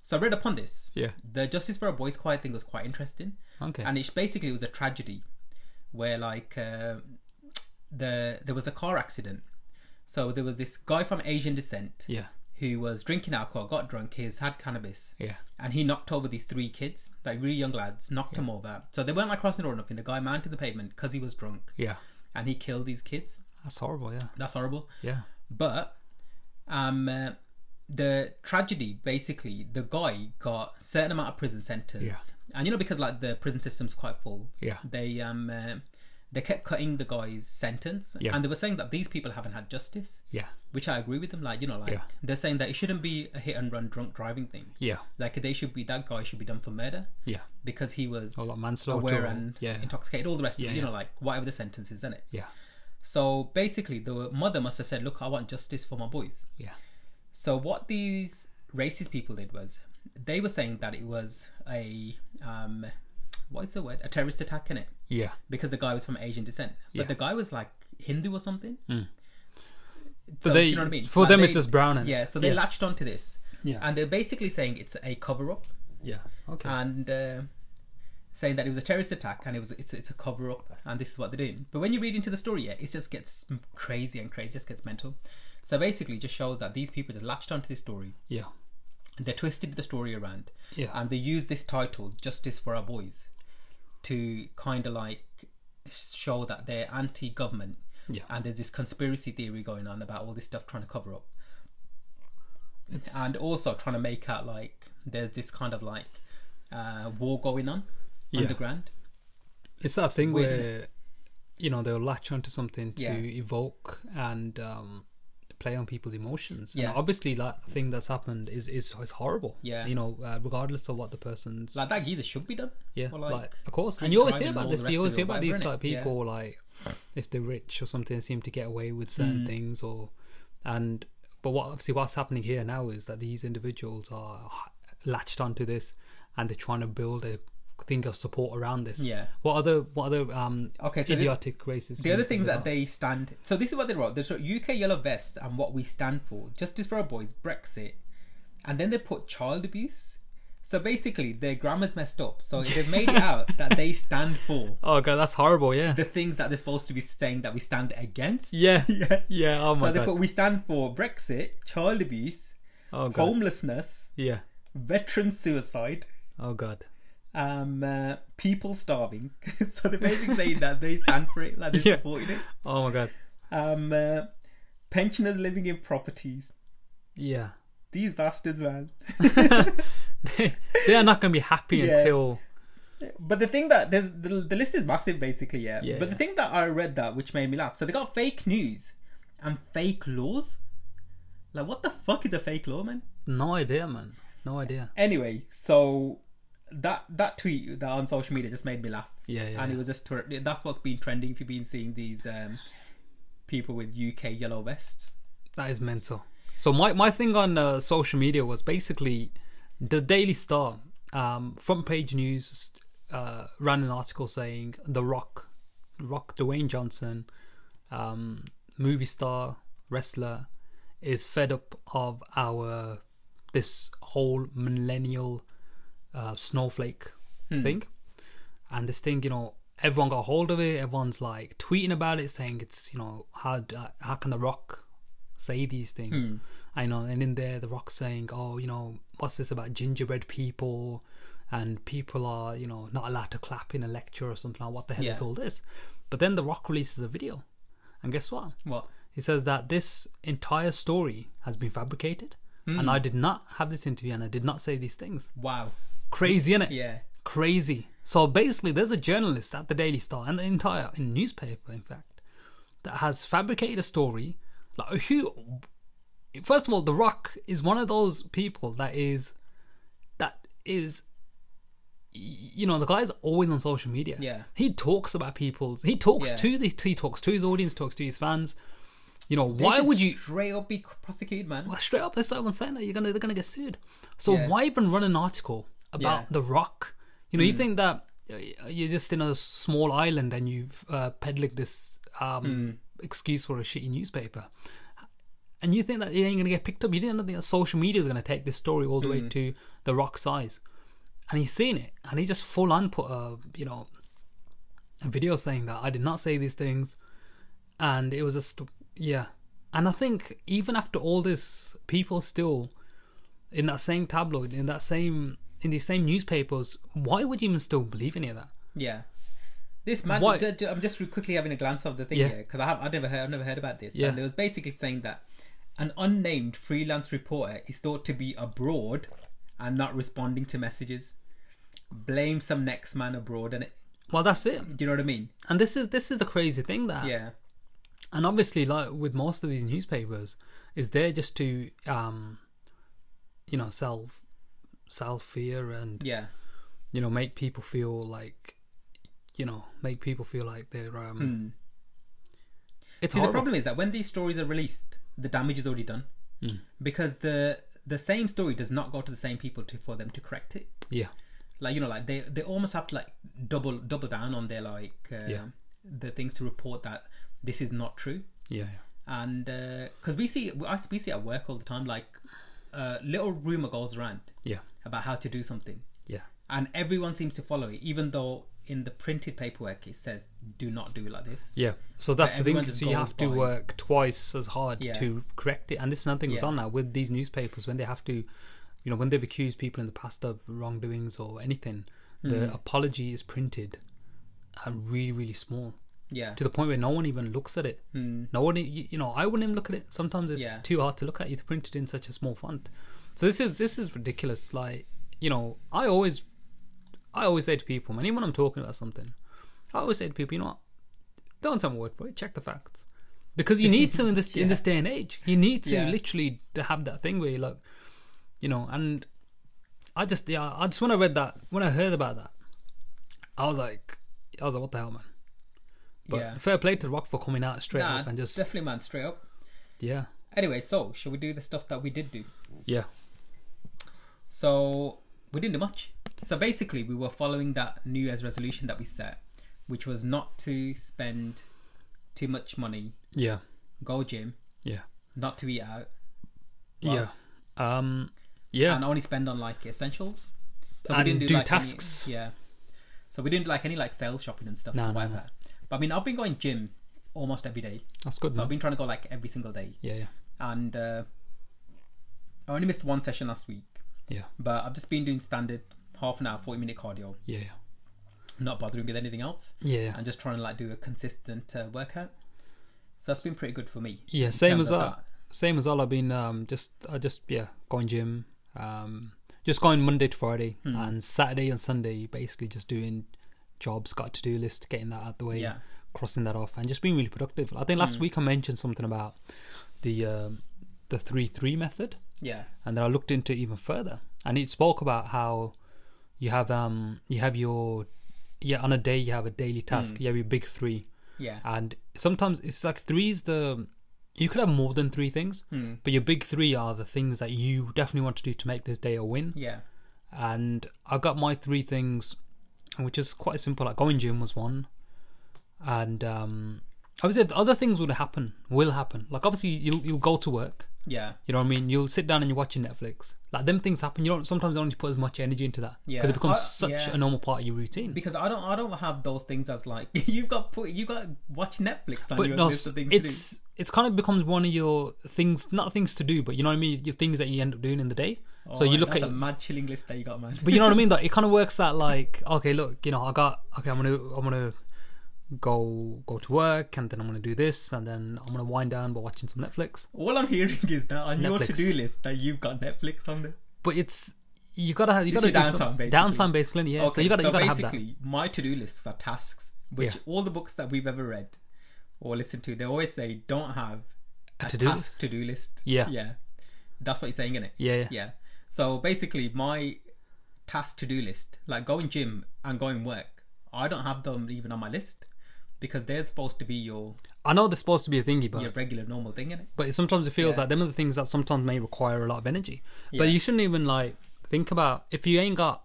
Speaker 2: so i read upon this
Speaker 1: yeah.
Speaker 2: the justice for our boys quiet thing was quite interesting
Speaker 1: Okay.
Speaker 2: and it basically was a tragedy where like uh, the there was a car accident so there was this guy from asian descent
Speaker 1: yeah.
Speaker 2: who was drinking alcohol, got drunk, he's had cannabis,
Speaker 1: Yeah.
Speaker 2: and he knocked over these three kids, like really young lads, knocked them over. So they weren't like crossing the road or nothing. The guy mounted the pavement because he was drunk
Speaker 1: Yeah.
Speaker 2: and he killed these kids.
Speaker 1: That's horrible. Yeah.
Speaker 2: That's horrible.
Speaker 1: Yeah.
Speaker 2: But um, uh, the tragedy basically, the guy got certain amount of prison sentence,
Speaker 1: Yeah.
Speaker 2: and you know because like the prison system's quite full.
Speaker 1: Yeah.
Speaker 2: They um. Uh, they kept cutting the guy's sentence,
Speaker 1: Yeah.
Speaker 2: and they were saying that these people haven't had justice
Speaker 1: Yeah.
Speaker 2: which I agree with them. Like you know, like
Speaker 1: Yeah.
Speaker 2: they're saying that it shouldn't be a hit and run drunk driving thing.
Speaker 1: Yeah.
Speaker 2: Like they should be that guy should be done for murder
Speaker 1: Yeah.
Speaker 2: because he was
Speaker 1: like manslaughter
Speaker 2: aware
Speaker 1: or-
Speaker 2: and
Speaker 1: yeah.
Speaker 2: intoxicated. All the rest of it, you
Speaker 1: yeah.
Speaker 2: know, like whatever the sentence is, isn't it?
Speaker 1: Yeah.
Speaker 2: So basically, the mother must have said, "Look, I want justice for my boys."
Speaker 1: Yeah.
Speaker 2: So what these racist people did was they were saying that it was a um, what is the word? A terrorist attack, in it
Speaker 1: Yeah.
Speaker 2: because the guy was from Asian descent, but
Speaker 1: Yeah. Hmm.
Speaker 2: the guy was like Hindu or something.
Speaker 1: But they- for them it's just brown and-
Speaker 2: yeah, so they
Speaker 1: yeah.
Speaker 2: latched onto this,
Speaker 1: Yeah.
Speaker 2: and they're basically saying it's a cover up
Speaker 1: Yeah. Okay.
Speaker 2: and uh, saying that it was a terrorist attack and it was it's it's a cover up and this is what they're doing. But when you read into the story, yeah, it just gets crazy and crazy, just gets mental. So basically, it just shows that these people just latched onto this story,
Speaker 1: yeah.
Speaker 2: they twisted the story around,
Speaker 1: Yeah.
Speaker 2: and they used this title "Justice for Our Boys" to kind of like show that they're anti-government,
Speaker 1: Yeah.
Speaker 2: and there's this conspiracy theory going on about all this stuff trying to cover up, and also trying to make out like there's this kind of like uh, war going on
Speaker 1: Yeah.
Speaker 2: underground.
Speaker 1: It's that thing
Speaker 2: Weird.
Speaker 1: where you know they'll latch onto something to
Speaker 2: Yeah.
Speaker 1: evoke and um, play on people's emotions. Yeah.
Speaker 2: Yeah.
Speaker 1: And obviously, that thing that's happened is is, is horrible.
Speaker 2: Yeah.
Speaker 1: You know, uh, regardless of what the person's.
Speaker 2: Like that either should be done.
Speaker 1: yeah.
Speaker 2: or,
Speaker 1: Like, of course. And you always hear about
Speaker 2: all
Speaker 1: this.
Speaker 2: the
Speaker 1: You always
Speaker 2: rest of it
Speaker 1: hear
Speaker 2: or
Speaker 1: about these
Speaker 2: whatever,
Speaker 1: type of
Speaker 2: innit? Yeah.
Speaker 1: people, like, if they're rich or something, they seem to get away with certain
Speaker 2: Mm.
Speaker 1: things or. And. But what obviously what's happening here now is that these individuals are latched onto this, and they're trying to build a thing of support around this.
Speaker 2: Yeah.
Speaker 1: What other what other um
Speaker 2: Okay, so the-
Speaker 1: idiotic races?
Speaker 2: The other things that they stand. So this is what they wrote. They wrote UK yellow vests and what we stand for. Justice for our boys, Brexit, and then they put child abuse. So basically, their grammar's messed up. So they've made it out that they stand for
Speaker 1: Oh god, that's horrible. Yeah.
Speaker 2: the things that they're supposed to be saying that we stand against.
Speaker 1: Yeah, yeah, yeah. Oh
Speaker 2: So
Speaker 1: my
Speaker 2: they
Speaker 1: god.
Speaker 2: put we stand for Brexit, child abuse,
Speaker 1: oh god.
Speaker 2: homelessness,
Speaker 1: Yeah.
Speaker 2: veteran suicide,
Speaker 1: Oh god.
Speaker 2: um, uh, people starving. so they're basically saying that they stand for it, like they
Speaker 1: Yeah.
Speaker 2: supported it.
Speaker 1: Oh my god.
Speaker 2: Um, uh, pensioners living in properties.
Speaker 1: Yeah.
Speaker 2: These bastards, man.
Speaker 1: they are not going to be happy
Speaker 2: Yeah.
Speaker 1: until
Speaker 2: But the thing that there's the, the list is massive, basically, yeah.
Speaker 1: Yeah,
Speaker 2: but the
Speaker 1: yeah.
Speaker 2: thing that I read that which made me laugh. So they got fake news and fake laws. Like, what the fuck is a fake law, man?
Speaker 1: no idea, man. No idea.
Speaker 2: Anyway, so that that tweet that on social media just made me laugh.
Speaker 1: Yeah, yeah,
Speaker 2: And
Speaker 1: yeah.
Speaker 2: it was just twer- that's what's been trending. If you've been seeing these um, people with UK yellow vests,
Speaker 1: That is mental. So my my thing on uh, social media was basically the Daily Star um, front page news uh, ran an article saying The Rock, Rock Dwayne Johnson, um, movie star wrestler, is fed up of our this whole millennial uh, snowflake thing, and this thing you know. Everyone got hold of it. Everyone's like tweeting about it, saying it's you know how d- how can the Rock say these things. I know, and in there, The Rock saying, "Oh, you know, what's this about gingerbread people, and people are, you know, not allowed to clap in a lecture or something. Like, what the hell is
Speaker 2: Yeah.
Speaker 1: all this?" But then The Rock releases a video, and guess what?
Speaker 2: what?
Speaker 1: He says that this entire story has been fabricated, and I did not have this interview, and I did not say these things.
Speaker 2: Wow.
Speaker 1: Crazy, innit?
Speaker 2: Yeah.
Speaker 1: crazy. So basically, there's a journalist at the Daily Star and the entire newspaper, in fact, that has fabricated a story. Like who? First of all, The Rock is one of those people that is, that is, y- you know, the guy's always on social media.
Speaker 2: Yeah.
Speaker 1: he talks about people's. He talks
Speaker 2: Yeah.
Speaker 1: to the. He talks to his audience. Talks to his fans. You know,
Speaker 2: They
Speaker 1: why
Speaker 2: should
Speaker 1: would you?
Speaker 2: straight up be prosecuted, man?
Speaker 1: Well, straight up, that's what I'm saying. That you're gonna they're gonna get sued. So
Speaker 2: Yeah.
Speaker 1: why even run an article about
Speaker 2: Yeah.
Speaker 1: The Rock? You know, you think that uh, you're just in a small island and you've uh, peddled this um, excuse for a shitty newspaper, and you think that it ain't gonna get picked up. You didn't think that social media is gonna take this story all the way to The Rock size, and he's seen it, and he just full on put a you know a video saying that I did not say these things, and it was just yeah. And I think even after all this, people still in that same tabloid, in that same in these same newspapers, why would you even still believe any of that?
Speaker 2: Yeah. This man,
Speaker 1: Why-
Speaker 2: ju- ju- I'm just quickly having a glance of the thing
Speaker 1: Yeah.
Speaker 2: here because I have, I've never heard, I've never heard about this.
Speaker 1: Yeah.
Speaker 2: And it was basically saying that an unnamed freelance reporter is thought to be abroad and not responding to messages. Blame some next man abroad, and it,
Speaker 1: Well, that's it.
Speaker 2: do you know what I mean?
Speaker 1: And this is this is the crazy thing that,
Speaker 2: Yeah,
Speaker 1: and obviously, like with most of these newspapers, is there just to um, you know, sell sell fear and
Speaker 2: yeah,
Speaker 1: you know make people feel like you know make people feel like they're um it's
Speaker 2: Hmm. See, the
Speaker 1: horrible.
Speaker 2: problem is that when these stories are released, the damage is already done
Speaker 1: Hmm.
Speaker 2: because the the same story does not go to the same people to for them to correct it.
Speaker 1: yeah
Speaker 2: like you know like they they almost have to like double double down on their like uh,
Speaker 1: Yeah.
Speaker 2: the things to report that this is not true
Speaker 1: yeah
Speaker 2: and because we see I we see at work all the time like uh, little rumor goes around
Speaker 1: yeah
Speaker 2: about how to do something
Speaker 1: yeah
Speaker 2: and everyone seems to follow it even though in the printed paperwork it says do not do it like this
Speaker 1: yeah so that's the
Speaker 2: everyone
Speaker 1: thing
Speaker 2: just
Speaker 1: so you have
Speaker 2: goes
Speaker 1: to
Speaker 2: by.
Speaker 1: work twice as hard
Speaker 2: Yeah.
Speaker 1: to correct it and this is another thing that's
Speaker 2: Yeah.
Speaker 1: on now with these newspapers when they have to you know when they've accused people in the past of wrongdoings or anything the
Speaker 2: Mm-hmm.
Speaker 1: apology is printed and really really small
Speaker 2: yeah
Speaker 1: to the point where no one even looks at it. No one, you, you know, I wouldn't even look at it. Sometimes it's
Speaker 2: Hmm. Yeah.
Speaker 1: too hard to look at. It's printed in such a small font, so this is this is ridiculous. Like, you know, I always, I always say to people, man, even when I'm talking about something, I always say to people, you know, what? don't take my word for it. Check the facts. because you need to in this in this day and age. You need to
Speaker 2: Yeah.
Speaker 1: literally to have that thing where you like, you know. And I just yeah, I just when I read that when I heard about that, I was like, I was like, what the hell, man. But
Speaker 2: yeah.
Speaker 1: fair play to Rock for coming out straight
Speaker 2: Nah,
Speaker 1: up and just
Speaker 2: definitely, man, straight up.
Speaker 1: yeah,
Speaker 2: Anyway, so shall we do the stuff that we did do?
Speaker 1: yeah,
Speaker 2: So we didn't do much. So basically, we were following that New Year's resolution that we set, which was not to spend too much money,
Speaker 1: yeah,
Speaker 2: go gym,
Speaker 1: yeah,
Speaker 2: not to eat out, What
Speaker 1: yeah.
Speaker 2: else?
Speaker 1: Um, yeah,
Speaker 2: and only spend on like essentials. So
Speaker 1: And do
Speaker 2: any-
Speaker 1: tasks.
Speaker 2: yeah. So we didn't do, like any like sales shopping and stuff.
Speaker 1: No,
Speaker 2: or
Speaker 1: no, no.
Speaker 2: whatever. But I mean, I've been going gym almost every day.
Speaker 1: that's good.
Speaker 2: So I've
Speaker 1: man.
Speaker 2: been trying to go like every single day,
Speaker 1: Yeah, yeah,
Speaker 2: and uh, I only missed one session last week.
Speaker 1: yeah,
Speaker 2: But I've just been doing standard half an hour, forty minute cardio,
Speaker 1: yeah,
Speaker 2: not bothering with anything else.
Speaker 1: yeah, yeah.
Speaker 2: and just trying to like do a consistent uh, workout. So that's been pretty good for me.
Speaker 1: Yeah,
Speaker 2: in
Speaker 1: same
Speaker 2: terms
Speaker 1: as
Speaker 2: of
Speaker 1: that. Same as all. I've been um, just I just yeah going gym, um, just going Monday to Friday
Speaker 2: Hmm.
Speaker 1: and Saturday and Sunday basically just doing jobs, got to do list, getting that out the way,
Speaker 2: Yeah. Hmm.
Speaker 1: crossing that off, and just being really productive. I think last week I mentioned something about the um, the three three method
Speaker 2: Yeah,
Speaker 1: and then I looked into it even further, and it spoke about how you have um you have your yeah on a day you have a daily task, you have your big three,
Speaker 2: yeah,
Speaker 1: and sometimes it's like three is the you could have more than three things, but your big three are the things that you definitely want to do to make this day a win.
Speaker 2: yeah,
Speaker 1: And I got my three things, which is quite simple. Like going gym was one, and um, obviously the other things would happen, will happen. Like obviously you'll you'll go to work,
Speaker 2: yeah,
Speaker 1: you know what I mean? You'll sit down and you're watching Netflix. Like them things happen. You don't sometimes don't put as much energy into that because
Speaker 2: Yeah.
Speaker 1: it becomes
Speaker 2: I-
Speaker 1: such
Speaker 2: yeah.
Speaker 1: a normal part of your routine.
Speaker 2: because I don't, I don't have those things as like you've got put, you got watch Netflix on
Speaker 1: but
Speaker 2: your
Speaker 1: no,
Speaker 2: list of things to
Speaker 1: it's it's kind of becomes one of your things, not things to do, but you know what I mean. Your things that you end up doing in the day.
Speaker 2: do.
Speaker 1: so you
Speaker 2: Alright,
Speaker 1: look at,
Speaker 2: that's a mad chilling list that you got, man.
Speaker 1: but you know what I mean. Like it kind of works that like, okay, look, you know, I got okay, I'm gonna I'm gonna go go to work and then I'm gonna do this and then I'm gonna wind down by watching some Netflix.
Speaker 2: all I'm hearing is that on your
Speaker 1: Netflix.
Speaker 2: to-do list that you've got Netflix on there.
Speaker 1: But it's you gotta have you
Speaker 2: It's
Speaker 1: gotta
Speaker 2: your
Speaker 1: do some-
Speaker 2: downtime, basically.
Speaker 1: downtime basically. Yeah, so you gotta you gotta have that.
Speaker 2: basically, my to-do lists are tasks, which
Speaker 1: Yeah.
Speaker 2: all the books that we've ever read or listened to, they always say don't have a,
Speaker 1: to-do
Speaker 2: task
Speaker 1: list.
Speaker 2: to-do list.
Speaker 1: Yeah.
Speaker 2: yeah, that's what you're saying, isn't it?
Speaker 1: Yeah, yeah.
Speaker 2: yeah. So basically, my task to-do list, like going gym and going work, I don't have them even on my list because they're supposed to be your
Speaker 1: I know there's supposed to be a thingy, but
Speaker 2: your regular normal thing, isn't it?
Speaker 1: but it, sometimes it feels
Speaker 2: Yeah.
Speaker 1: like them are the things that sometimes may require a lot of energy.
Speaker 2: Yeah.
Speaker 1: But you shouldn't even like think about if you ain't got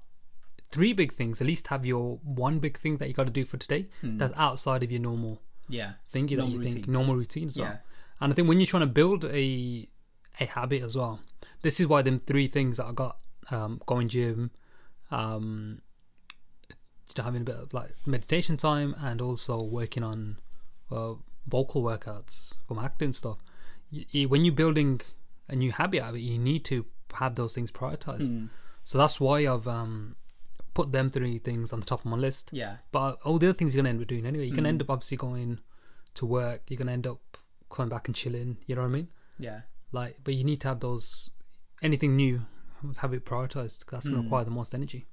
Speaker 1: three big things, at least have your one big thing that you got to do for today
Speaker 2: Hmm.
Speaker 1: that's outside of your normal
Speaker 2: Yeah,
Speaker 1: thingy that
Speaker 2: Normal
Speaker 1: you think
Speaker 2: routine.
Speaker 1: normal routines are.
Speaker 2: Yeah.
Speaker 1: And I think when you're trying to build a a habit as well, this is why them three things that I got um, going gym, um, having a bit of like meditation time, and also working on uh, vocal workouts for my acting stuff. Y y- when you're building a new habit, out of it, you need to have those things prioritized.
Speaker 2: Mm.
Speaker 1: So that's why I've um, put them three things on the top of my list.
Speaker 2: yeah,
Speaker 1: But all the other things you're gonna end up doing anyway. You're gonna end up obviously going to work. You're gonna end up coming back and chilling. You know what I mean?
Speaker 2: yeah.
Speaker 1: Like, but you need to have those. Anything new, have it prioritized. 'cause that's gonna require the most energy.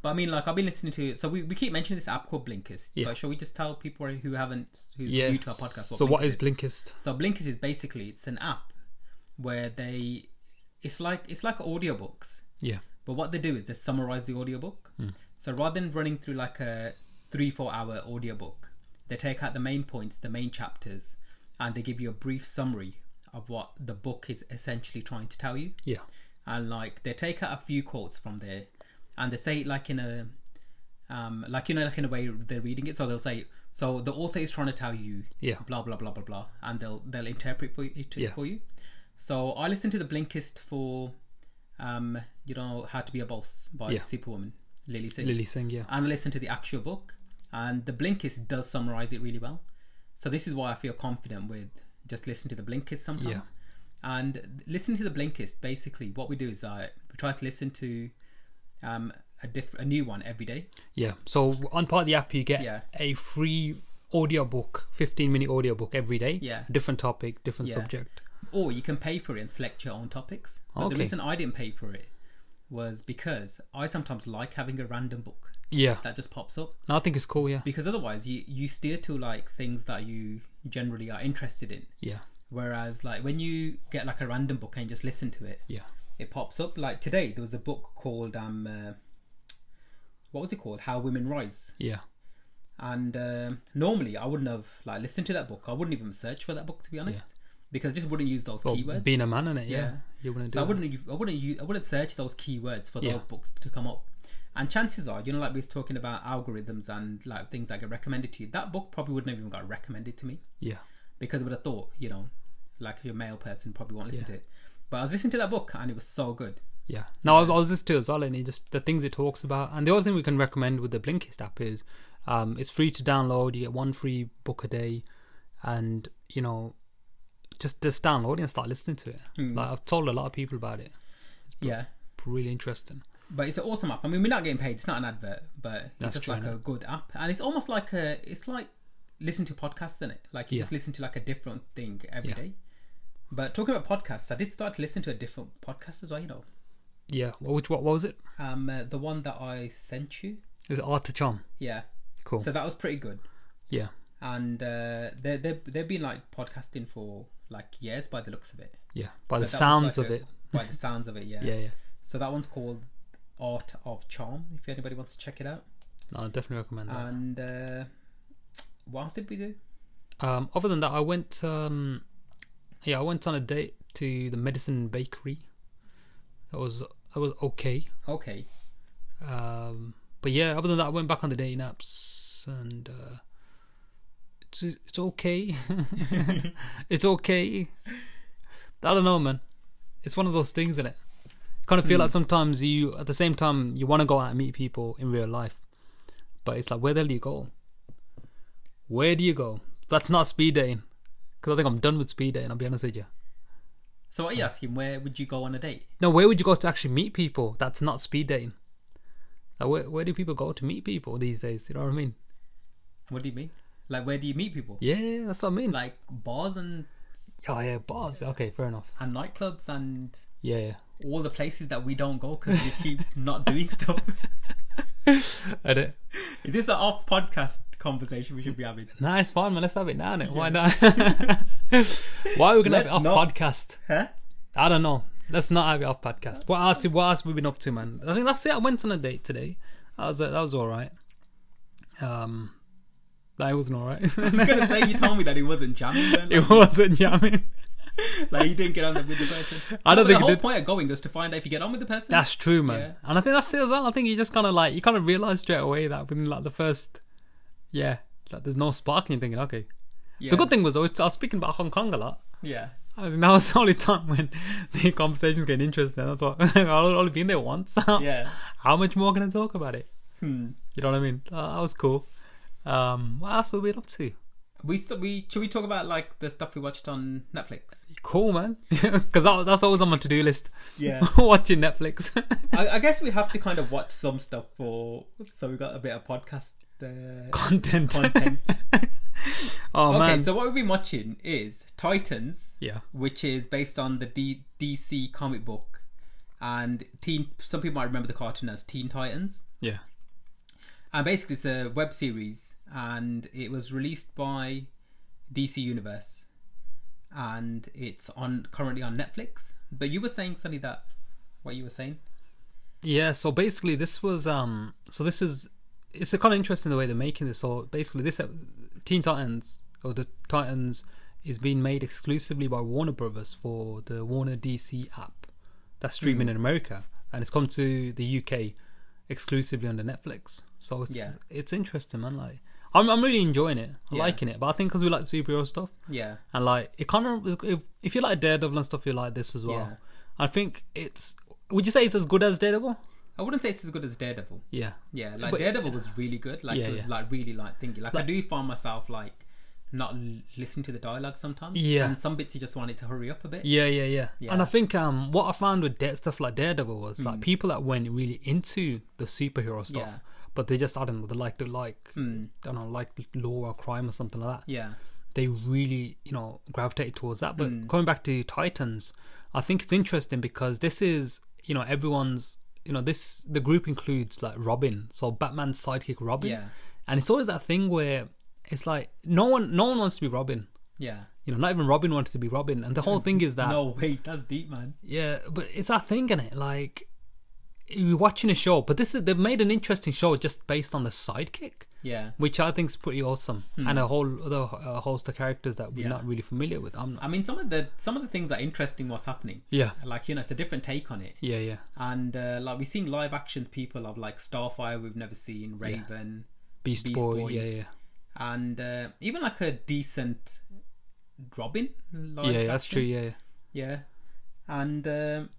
Speaker 2: But I mean, like I've been listening to. So we, we keep mentioning this app called Blinkist.
Speaker 1: Yeah.
Speaker 2: But shall we just tell people who haven't who's
Speaker 1: Yeah.
Speaker 2: new to our podcast?
Speaker 1: so what
Speaker 2: Blinkist
Speaker 1: is Blinkist?
Speaker 2: So Blinkist is basically it's an app where they it's like it's like audiobooks,
Speaker 1: Yeah.
Speaker 2: but what they do is they summarize the audiobook. So rather than running through like a 3-4 hour audiobook, they take out the main points, the main chapters, and they give you a brief summary of what the book is essentially trying to tell you
Speaker 1: Yeah.
Speaker 2: and like they take out a few quotes from there and they say it like in a um like you know like in a way they're reading it so they'll say so the author is trying to tell you
Speaker 1: Yeah.
Speaker 2: blah blah blah blah blah and they'll they'll interpret for it
Speaker 1: Yeah.
Speaker 2: for you so i listened to the blinkist for um you know how to be a boss by
Speaker 1: Yeah.
Speaker 2: superwoman lily Singh
Speaker 1: Lily Singh. Yeah.
Speaker 2: and listen to the actual book. And the Blinkist does summarize it really well. So this is why I feel confident with just listening to the Blinkist sometimes.
Speaker 1: Yeah.
Speaker 2: And listening to the Blinkist, basically, what we do is I we try to listen to um, a diff- a new one every day.
Speaker 1: Yeah. So on part of the app, you get
Speaker 2: Yeah.
Speaker 1: a free audiobook, 15 minute audiobook every day.
Speaker 2: Yeah.
Speaker 1: Different topic, different
Speaker 2: Yeah.
Speaker 1: subject.
Speaker 2: or you can pay for it and select your own topics. But the
Speaker 1: Okay.
Speaker 2: reason I didn't pay for it was because I sometimes like having a random book
Speaker 1: Yeah.
Speaker 2: that just pops up
Speaker 1: No, I think it's cool. Yeah.
Speaker 2: because otherwise you you steer to like things that you generally are interested in.
Speaker 1: Yeah.
Speaker 2: Whereas, like when you get like a random book and just listen to it,
Speaker 1: Yeah.
Speaker 2: it pops up. Like today, there was a book called um, uh, what was it called? How Women Rise.
Speaker 1: Yeah.
Speaker 2: And um normally, I wouldn't have like listened to that book. I wouldn't even search for that book to be honest, because I just wouldn't use those
Speaker 1: Well,
Speaker 2: keywords.
Speaker 1: being a man in it, yeah.
Speaker 2: Yeah.
Speaker 1: You wouldn't do
Speaker 2: So I
Speaker 1: that.
Speaker 2: wouldn't, u- I wouldn't, u- I wouldn't search those keywords for
Speaker 1: Yeah.
Speaker 2: those books to come up. And chances are, you know, like we was talking about algorithms and like things that get recommended to you. That book probably wouldn't have even got recommended to me
Speaker 1: Yeah.
Speaker 2: because I would have thought, you know, like if you're a male person, probably won't listen to
Speaker 1: Yeah.
Speaker 2: it. But I was listening to that book and it was so good.
Speaker 1: Yeah. No, I I was listening to it as well, and it just the things it talks about. And the other thing we can recommend with the Blinkist app is um, it's free to download. You get one free book a day, and you know, just just download it and start listening to it.
Speaker 2: Hmm.
Speaker 1: Like I've told a lot of people about it.
Speaker 2: Yeah.
Speaker 1: Really interesting.
Speaker 2: But it's an awesome app. I mean, we're not getting paid. It's not an advert, but it's
Speaker 1: That's
Speaker 2: just
Speaker 1: true,
Speaker 2: like
Speaker 1: innit?
Speaker 2: a good app. And it's almost like a, it's like listening to podcasts, isn't it? Like you
Speaker 1: Yeah.
Speaker 2: just listen to like a different thing every
Speaker 1: Yeah.
Speaker 2: day. But talking about podcasts, I did start to listen to a different podcast as well, you know.
Speaker 1: Yeah. What which- what, what was it?
Speaker 2: Um, uh, the one that I sent you.
Speaker 1: Is it Artachon?
Speaker 2: Yeah.
Speaker 1: Cool.
Speaker 2: So that was pretty good.
Speaker 1: yeah.
Speaker 2: And uh, they they they've been like podcasting for like years by the looks of it.
Speaker 1: Yeah. By the
Speaker 2: But that was,
Speaker 1: sounds
Speaker 2: like,
Speaker 1: of
Speaker 2: a-
Speaker 1: it.
Speaker 2: By the sounds of it, yeah.
Speaker 1: Yeah. Yeah.
Speaker 2: So that one's called Art of Charm. If anybody wants to check it out.
Speaker 1: No, I definitely recommend that.
Speaker 2: And uh, what else did we do?
Speaker 1: Um, other than that, I went. Um, yeah, I went on a date to the Medicine Bakery. That was that was okay.
Speaker 2: Okay.
Speaker 1: Um, but yeah, other than that, I went back on the dating apps, and uh, it's it's okay. it's okay. I don't know, man. It's one of those things, isn't it? Kind of feel like sometimes you, at the same time, you want to go out and meet people in real life, but it's like, where the hell do you go? Where do you go? That's not speed dating, because I think I'm done with speed dating. I'll be honest with you.
Speaker 2: So what are you asking? Where would you go on a date?
Speaker 1: No, where would you go to actually meet people? That's not speed dating. Like, where where do people go to meet people these days? You know what I mean?
Speaker 2: What do you mean? Like where do you meet people?
Speaker 1: Yeah, that's what I mean.
Speaker 2: Like bars and
Speaker 1: oh yeah, bars. Okay, fair enough.
Speaker 2: and nightclubs and
Speaker 1: Yeah, yeah.
Speaker 2: all the places that we don't go because we keep not doing stuff.
Speaker 1: Edit.
Speaker 2: Is this an off podcast conversation we should be having?
Speaker 1: Nah, it's fine, man. Let's have it now, innit? Why not? Why are we gonna have it
Speaker 2: Let's
Speaker 1: off
Speaker 2: not.
Speaker 1: podcast?
Speaker 2: Huh?
Speaker 1: I don't know. Let's not have it off podcast. What else? What else we been up to, man? I think that's it. I went on a date today. That was that was all right. Um, that wasn't all right.
Speaker 2: I was gonna say you told me that he wasn't jamming. Man. Like,
Speaker 1: it wasn't jamming.
Speaker 2: like you didn't get on with the person.
Speaker 1: I don't
Speaker 2: But
Speaker 1: think
Speaker 2: the
Speaker 1: he
Speaker 2: whole
Speaker 1: did.
Speaker 2: point of going is to find out if you get on with the person.
Speaker 1: That's true, man.
Speaker 2: Yeah.
Speaker 1: And I think that's it as well. I think you just kind of like you kind of realize straight away that within like the first, yeah, like there's no spark. And you're thinking, okay.
Speaker 2: yeah.
Speaker 1: The good thing was though, I was speaking about Hong Kong a lot.
Speaker 2: Yeah.
Speaker 1: I think that was the only time when the conversation's getting interesting. I thought I've only been there once.
Speaker 2: Yeah. Hmm.
Speaker 1: How much more can I talk about it? You know what I mean? Uh, that was cool. Um, what else were we up to?
Speaker 2: We still we should we talk about like the stuff we watched on Netflix?
Speaker 1: Cool, man. Because that, that's always on my to-do list.
Speaker 2: Yeah.
Speaker 1: Watching Netflix.
Speaker 2: I, I guess we have to kind of watch some stuff for so we got a bit of podcast uh,
Speaker 1: Content.
Speaker 2: content.
Speaker 1: oh
Speaker 2: okay,
Speaker 1: man.
Speaker 2: so what we've been watching is Titans,
Speaker 1: yeah.
Speaker 2: which is based on the D- DC comic book, and Teen. Some people might remember the cartoon as Teen Titans.
Speaker 1: Yeah.
Speaker 2: and basically it's a web series and it was released by DC Universe and it's on currently on Netflix but you were saying Sonny that what you were saying
Speaker 1: Yeah, so basically this was um so this is it's a kind of interesting the way they're making this. So basically this ep- Teen Titans or the Titans is being made exclusively by Warner Brothers for the Warner DC app that's streaming in America and it's come to the UK exclusively under Netflix. So it's
Speaker 2: Yeah.
Speaker 1: it's interesting man like I'm I'm really enjoying it. I'm liking it. But I think cuz we like superhero stuff
Speaker 2: yeah
Speaker 1: and like it kind of if, if you like Daredevil and stuff you like this as well.
Speaker 2: Yeah.
Speaker 1: I think it's would you say it's as good as Daredevil?
Speaker 2: I wouldn't say it's as good as Daredevil
Speaker 1: Yeah.
Speaker 2: yeah like
Speaker 1: But-
Speaker 2: Daredevil was really good like
Speaker 1: Yeah,
Speaker 2: it was
Speaker 1: yeah.
Speaker 2: like really like thinking like, I
Speaker 1: Like-
Speaker 2: do find myself like not l- listening to the dialogue sometimes
Speaker 1: Yeah.
Speaker 2: and some bits you just wanted to hurry up a bit
Speaker 1: Yeah, yeah, yeah.
Speaker 2: Yeah. Mm.
Speaker 1: And I think um what I found with dead stuff like Daredevil was like people that went really into the superhero stuff,
Speaker 2: Yeah. Mm.
Speaker 1: but they just I don't know, they like to like I don't know, like law or crime or something like that.
Speaker 2: yeah
Speaker 1: They really, you know, gravitated towards that.
Speaker 2: Hmm.
Speaker 1: But coming back to Titans, I think it's interesting because this is, you know, everyone's you know, this the group includes like Robin, so Batman's sidekick Robin.
Speaker 2: Yeah.
Speaker 1: And it's always that thing where it's like no one no one wants to be Robin.
Speaker 2: Yeah.
Speaker 1: You know, not even Robin wanted to be Robin. And the whole thing is that
Speaker 2: No, wait, that's deep, man.
Speaker 1: Yeah, but it's that thing, is it? Like you're watching a show, but this is they've made an interesting show just based on the sidekick,
Speaker 2: Yeah.
Speaker 1: which I think is pretty awesome, and a whole other a host of characters that we're
Speaker 2: Yeah.
Speaker 1: not really familiar with. I'm not.
Speaker 2: I mean, some of the some of the things are interesting. What's happening?
Speaker 1: Yeah,
Speaker 2: Like you know, it's a different take on it.
Speaker 1: yeah, yeah.
Speaker 2: And uh, like we've seen live actions people of like Starfire we've never seen, Raven,
Speaker 1: Beast,
Speaker 2: Beast
Speaker 1: Boy,
Speaker 2: Boy.
Speaker 1: yeah, yeah,
Speaker 2: and uh, even like a decent Robin.
Speaker 1: yeah.
Speaker 2: Live
Speaker 1: yeah that's
Speaker 2: action.
Speaker 1: true. Yeah, yeah.
Speaker 2: Yeah. And um,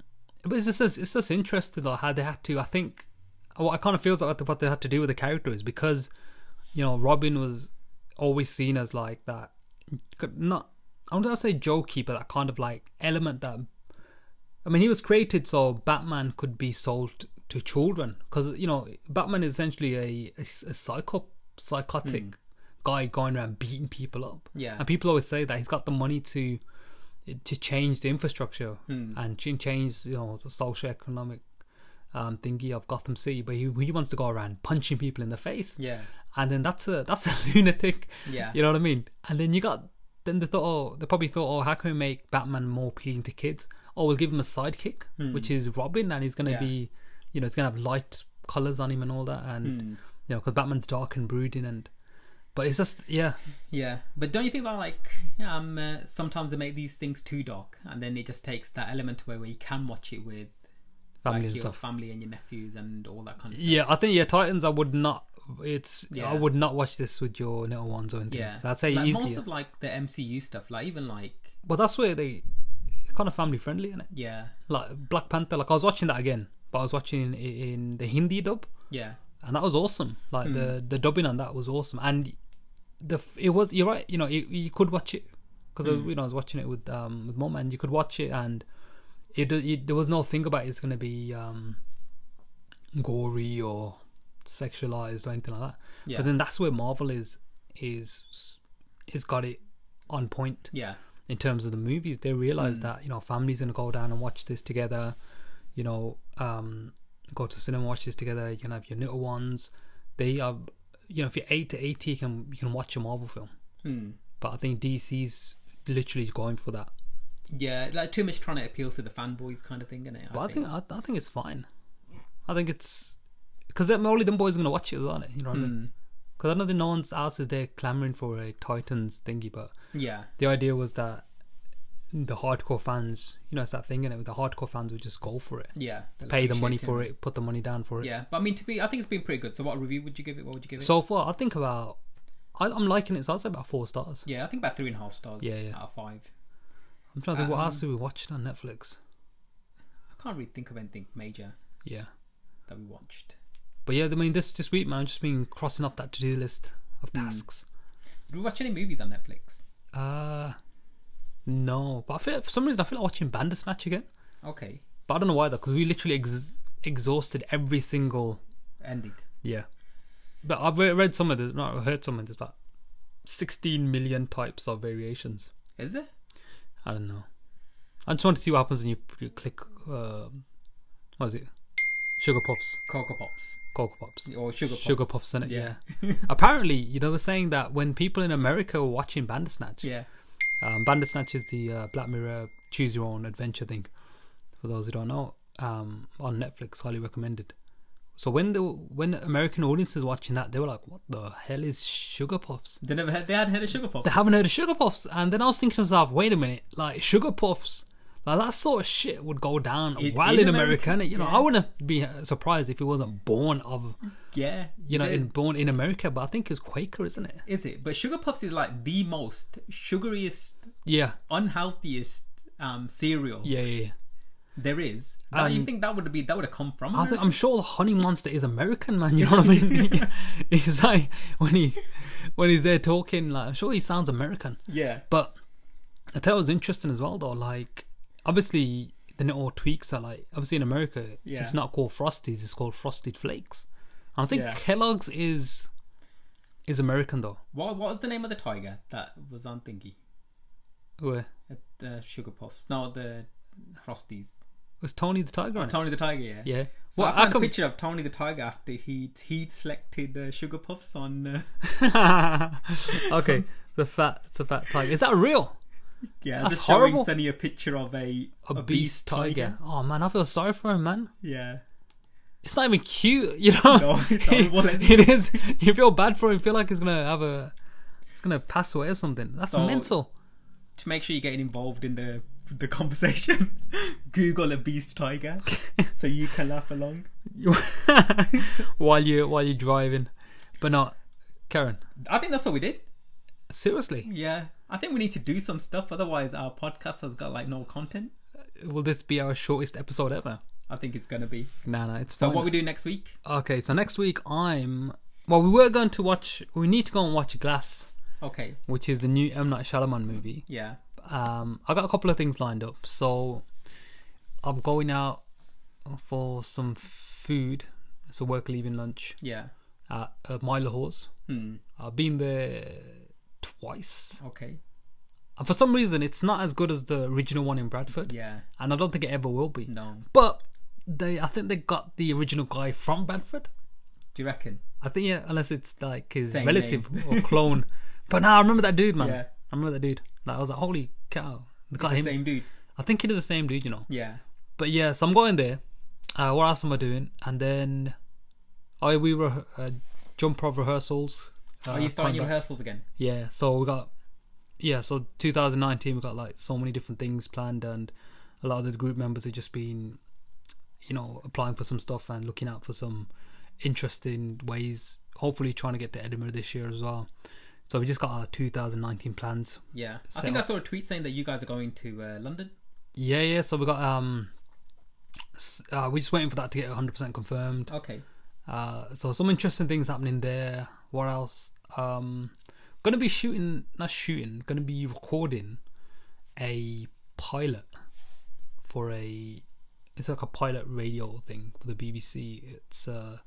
Speaker 1: But it's just it's just interesting like, how they had to. I think what I kind of feels like what they had to do with the character is because you know Robin was always seen as like that not I don't want to say jokey, but that kind of like element that I mean he was created so Batman could be sold to children because you know Batman is essentially a a, s- a psycho psychotic guy going around beating people up.
Speaker 2: Yeah.
Speaker 1: and people always say that he's got the money to to change the infrastructure
Speaker 2: Hmm.
Speaker 1: and ch- change you know the socio-economic um, thingy of Gotham City, but he, he wants to go around punching people in the face.
Speaker 2: yeah,
Speaker 1: and then that's a that's a lunatic.
Speaker 2: Yeah.
Speaker 1: you know what I mean. And then you got then they thought oh they probably thought oh how can we make Batman more appealing to kids? Oh we'll give him a sidekick which is Robin, and he's gonna
Speaker 2: Hmm. Yeah.
Speaker 1: be you know it's gonna have light colors on him and all that, and
Speaker 2: Hmm.
Speaker 1: you know because Batman's dark and brooding and. But it's just yeah,
Speaker 2: yeah. But don't you think that like um uh, sometimes they make these things too dark, and then it just takes that element away where you can watch it with
Speaker 1: family
Speaker 2: like
Speaker 1: and
Speaker 2: your
Speaker 1: stuff.
Speaker 2: family and your nephews and all that kind of stuff.
Speaker 1: Yeah, I think yeah, Titans. I would not. It's
Speaker 2: Yeah.
Speaker 1: I would not watch this with your little ones or anything.
Speaker 2: Yeah,
Speaker 1: so I'd say
Speaker 2: like
Speaker 1: easier.
Speaker 2: most of like the MCU stuff, like even like
Speaker 1: but that's where they it's kind of family friendly, isn't it?
Speaker 2: yeah,
Speaker 1: Like Black Panther. Like I was watching that again, but I was watching it in the Hindi dub,
Speaker 2: yeah,
Speaker 1: and that was awesome. Like the the dubbing on that was awesome, and the f- it was you're right. You know, you, you could watch it because you know I was watching it with um with mom, and you could watch it, and it, it there was no thing about it's gonna be um gory or sexualized or anything like that.
Speaker 2: Yeah.
Speaker 1: But then that's where Marvel is is is got it on point
Speaker 2: yeah,
Speaker 1: in terms of the movies. They realize that you know families gonna go down and watch this together. You know, um, go to cinema watch this together. You can have your little ones. They are, you know, if you're eight to eighty, you can you can watch a Marvel film. But I think DC's literally going for that.
Speaker 2: yeah. Like too much trying to appeal to the fanboys kind of thing, is it?
Speaker 1: But I think I, I think it's fine. I think it's because only them boys are gonna watch it, aren't it? You know what I mean? Because I know that no one else is there clamoring for a Titans thingy, but
Speaker 2: yeah,
Speaker 1: the idea was that the hardcore fans, you know, it's that thing in it. The hardcore fans would just go for it,
Speaker 2: yeah. They
Speaker 1: pay the money
Speaker 2: appreciate
Speaker 1: for it, put the money down for it.
Speaker 2: Yeah, but I mean to be, I think it's been pretty good. So what review would you give it? What would you give it?
Speaker 1: So far, I think about, I, I'm liking it. So I'd say about four stars.
Speaker 2: yeah, I think about three and a half stars.
Speaker 1: Yeah, yeah.
Speaker 2: out of five.
Speaker 1: I'm trying to think what else did we watch on Netflix.
Speaker 2: I can't really think of anything major
Speaker 1: Yeah,
Speaker 2: that we watched.
Speaker 1: but yeah, I mean, this this week, man, I've just been crossing off that to do list of tasks.
Speaker 2: Did we watch any movies on Netflix?
Speaker 1: Uh, no, but I feel for some reason I feel like watching Bandersnatch again.
Speaker 2: Okay,
Speaker 1: But I don't know why though, because we literally ex- exhausted every single
Speaker 2: ending.
Speaker 1: Yeah. But I've re- read some of this, not heard some of this, but 16 million types of variations.
Speaker 2: Is it?
Speaker 1: I don't know. I just want to see what happens when you, you click, um what is it? Sugar Puffs,
Speaker 2: Cocoa Pops
Speaker 1: Cocoa Pops.
Speaker 2: or Sugar Pops?
Speaker 1: Sugar Puffs, in it, yeah. Apparently, you know, they were saying that when people in America were watching Bandersnatch,
Speaker 2: Yeah,
Speaker 1: um, Bandersnatch is the uh, Black Mirror choose your own adventure thing. For those who don't know, um, on Netflix, highly recommended. So when the when American audiences watching that, they were like, "What the hell is Sugar Puffs?"
Speaker 2: they never had. They hadn't had a Sugar Pop.
Speaker 1: They haven't heard of Sugar Puffs. And then I was thinking to myself, "Wait a minute, like Sugar Puffs." Like that sort of shit would go down
Speaker 2: In-
Speaker 1: well
Speaker 2: in
Speaker 1: in
Speaker 2: America?
Speaker 1: America, innit? you know. I wouldn't be uh, surprised if it wasn't born of,
Speaker 2: yeah,
Speaker 1: you know,
Speaker 2: They-
Speaker 1: in, born in America. But I think it's Quaker, isn't it?
Speaker 2: Is it? But Sugar Puffs is like the most sugariest,
Speaker 1: Yeah,
Speaker 2: unhealthiest um, cereal
Speaker 1: yeah, yeah. yeah.
Speaker 2: there is. That, you
Speaker 1: Um,
Speaker 2: think that would be that would have come from?
Speaker 1: I
Speaker 2: America?
Speaker 1: think, I'm sure the honey monster is American, man. You know what I mean? he's like when he when he's there talking, like I'm sure he sounds American.
Speaker 2: yeah,
Speaker 1: But I tell you was interesting as well, though. Like obviously the little tweaks are like obviously in America
Speaker 2: Yeah.
Speaker 1: it's not called Frosties, it's called Frosted Flakes. And I think
Speaker 2: Yeah.
Speaker 1: Kellogg's is is American though.
Speaker 2: what what was the name of the tiger that was on Thingy?
Speaker 1: Where
Speaker 2: At the Sugar Puffs, no, the Frosties.
Speaker 1: was Tony the Tiger on it?
Speaker 2: Tony the Tiger, yeah.
Speaker 1: Yeah.
Speaker 2: So
Speaker 1: well,
Speaker 2: I
Speaker 1: I,
Speaker 2: found a
Speaker 1: can
Speaker 2: picture of Tony the Tiger after he he selected uh, Sugar Puffs on. Uh,
Speaker 1: okay, The fat, it's a fat tiger. Is that real?
Speaker 2: Yeah,
Speaker 1: That's
Speaker 2: just showing
Speaker 1: horrible.
Speaker 2: Sunny a picture of a
Speaker 1: A, beast, tiger. Oh man, I feel sorry for him, man.
Speaker 2: Yeah,
Speaker 1: It's not even cute, you know.
Speaker 2: No, it's horrible, isn't it?
Speaker 1: it is. You feel bad for him. You feel like he's gonna have a, he's gonna pass away or something. That's
Speaker 2: So-
Speaker 1: mental.
Speaker 2: to make sure you're getting involved in the the conversation, Google a beast tiger so you can laugh along.
Speaker 1: You- while you while you're driving, but not Karen.
Speaker 2: I think that's what we did.
Speaker 1: Seriously,
Speaker 2: Yeah, I think we need to do some stuff. Otherwise, our podcast has got like no content.
Speaker 1: will this be our shortest episode ever?
Speaker 2: I think it's gonna be.
Speaker 1: Nah, nah, it's
Speaker 2: So
Speaker 1: fine.
Speaker 2: what we do next week?
Speaker 1: Okay, so next week I'm. Well, we were going to watch. We need to go and watch Glass,
Speaker 2: Okay.
Speaker 1: which is the new M Night Shyamalan movie.
Speaker 2: Yeah.
Speaker 1: Um, I got a couple of things lined up, so I'm going out for some food. It's a work leaving lunch
Speaker 2: Yeah.
Speaker 1: at uh, Milo Horse.
Speaker 2: Hmm.
Speaker 1: I've been there twice,
Speaker 2: Okay.
Speaker 1: and for some reason, it's not as good as the original one in Bradford,
Speaker 2: Yeah.
Speaker 1: and I don't think it ever will be.
Speaker 2: No.
Speaker 1: But they, I think they got the original guy from Bradford.
Speaker 2: Do you reckon?
Speaker 1: I think yeah, unless it's like his
Speaker 2: Same
Speaker 1: relative
Speaker 2: name.
Speaker 1: or clone. But now I remember that dude, man.
Speaker 2: Yeah.
Speaker 1: I remember that dude. Like, I was like, holy cow, they got
Speaker 2: The
Speaker 1: him.
Speaker 2: same dude.
Speaker 1: I think he did the same dude, you know.
Speaker 2: Yeah.
Speaker 1: But yeah, so I'm going there. Uh, what else am I doing? And then, oh, we were uh, jump off rehearsals. Uh,
Speaker 2: Are you starting
Speaker 1: coming
Speaker 2: your
Speaker 1: back.
Speaker 2: rehearsals again?
Speaker 1: Yeah, so we got yeah, so 2019 we got like so many different things planned, and a lot of the group members have just been, you know, applying for some stuff and looking out for some interesting ways. Hopefully, trying to get to Edinburgh this year as well. So we just got our 2019 plans.
Speaker 2: Yeah. I
Speaker 1: So-
Speaker 2: think I saw a tweet saying that you guys are going to uh, London.
Speaker 1: Yeah, yeah. So we got um, s- uh, we're just waiting for that to get 100% confirmed.
Speaker 2: Okay.
Speaker 1: Uh, so some interesting things happening there. What else? Um, gonna be shooting, not shooting, gonna be recording a pilot for a. It's like a pilot radio thing for the BBC. It's uh,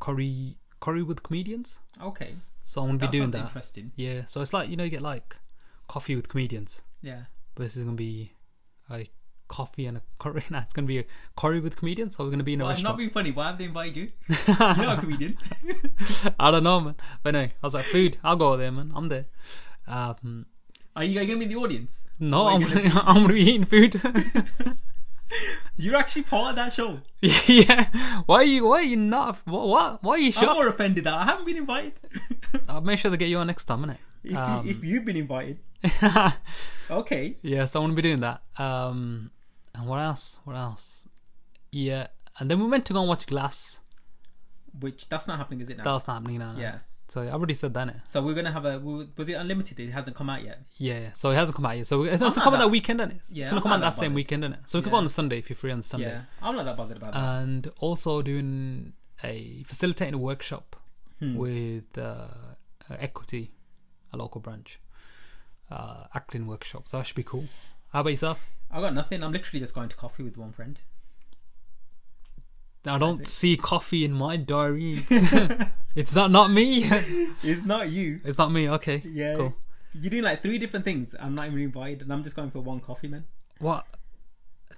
Speaker 1: curry curry with comedians.
Speaker 2: Okay.
Speaker 1: So I'm gonna
Speaker 2: That
Speaker 1: be
Speaker 2: sounds
Speaker 1: doing that.
Speaker 2: interesting.
Speaker 1: Yeah. So it's like you know you get like coffee with comedians,
Speaker 2: Yeah.
Speaker 1: but this is gonna be like coffee and a curry. Nah, it's gonna be a curry with comedians. So we're gonna be in a
Speaker 2: Well, I'm
Speaker 1: restaurant.
Speaker 2: not being funny. Why have they invited you? You're not a comedian.
Speaker 1: I don't know, man. But anyway, I was like, food. I'll go there, man. I'm there. Um,
Speaker 2: Are you going to be in the audience? Or
Speaker 1: no,
Speaker 2: are
Speaker 1: I'm
Speaker 2: you
Speaker 1: gonna,
Speaker 2: gonna-
Speaker 1: I'm gonna be eating food.
Speaker 2: You're actually part of that show.
Speaker 1: yeah. Why are you? Why are you not? What? what why are you
Speaker 2: I'm
Speaker 1: shocked?
Speaker 2: more offended that I haven't been invited.
Speaker 1: I'll make sure they get you on next time, innit?
Speaker 2: if, you, if you've been invited,
Speaker 1: Um,
Speaker 2: okay.
Speaker 1: yeah. So I'm gonna be doing that. Um, and what else? What else? Yeah. And then we meant to go and watch Glass.
Speaker 2: Which that's not happening, is it now?
Speaker 1: That's not happening now. no.
Speaker 2: Yeah.
Speaker 1: So I already said that. innit?
Speaker 2: So we're gonna have a. we- Was it unlimited? It hasn't come out yet.
Speaker 1: Yeah. So it hasn't come out yet. So it's
Speaker 2: not
Speaker 1: gonna come out
Speaker 2: that-
Speaker 1: that weekend, innit?
Speaker 2: Yeah,
Speaker 1: It's gonna
Speaker 2: I'm
Speaker 1: come
Speaker 2: not
Speaker 1: out that
Speaker 2: that
Speaker 1: same
Speaker 2: bothered.
Speaker 1: weekend, innit? So we could
Speaker 2: Yeah.
Speaker 1: go on the Sunday if you're free on the Sunday.
Speaker 2: Yeah, I'm not that bothered about that.
Speaker 1: and also doing a facilitating a workshop
Speaker 2: Hmm.
Speaker 1: with uh, Equity, a local branch, uh, acting workshop. So that should be cool. How about yourself?
Speaker 2: I got nothing. I'm literally just going to coffee with one friend.
Speaker 1: I don't see coffee in my diary. it's not not me.
Speaker 2: It's not you.
Speaker 1: it's not me. Okay.
Speaker 2: Yeah.
Speaker 1: Cool.
Speaker 2: You're doing like three different things. I'm not even invited, and I'm just going for one coffee, man.
Speaker 1: What?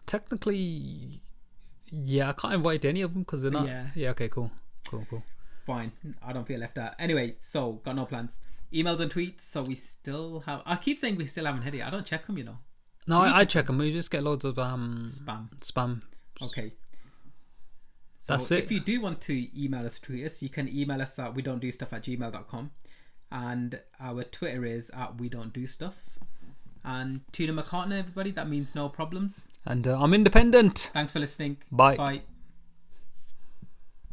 Speaker 1: Technically, yeah, I can't invite any of them because they're not. Yeah.
Speaker 2: Yeah.
Speaker 1: Okay. Cool. Cool. Cool.
Speaker 2: Fine. I don't feel left out. Anyway, so got no plans. Emails and tweets. So we still have. I keep saying we still haven't hit it. I don't check them, you know.
Speaker 1: No, I, I check them. We just get loads of um
Speaker 2: Spam.
Speaker 1: spam.
Speaker 2: Okay. So
Speaker 1: That's it.
Speaker 2: If you do want to email us, tweet us, you can email us at we don't do stuff at gmail.com. And our Twitter is at we don't do stuff. And Tuna McCartney, everybody, that means no problems.
Speaker 1: And uh, I'm independent.
Speaker 2: Thanks for listening.
Speaker 1: Bye.
Speaker 2: Bye.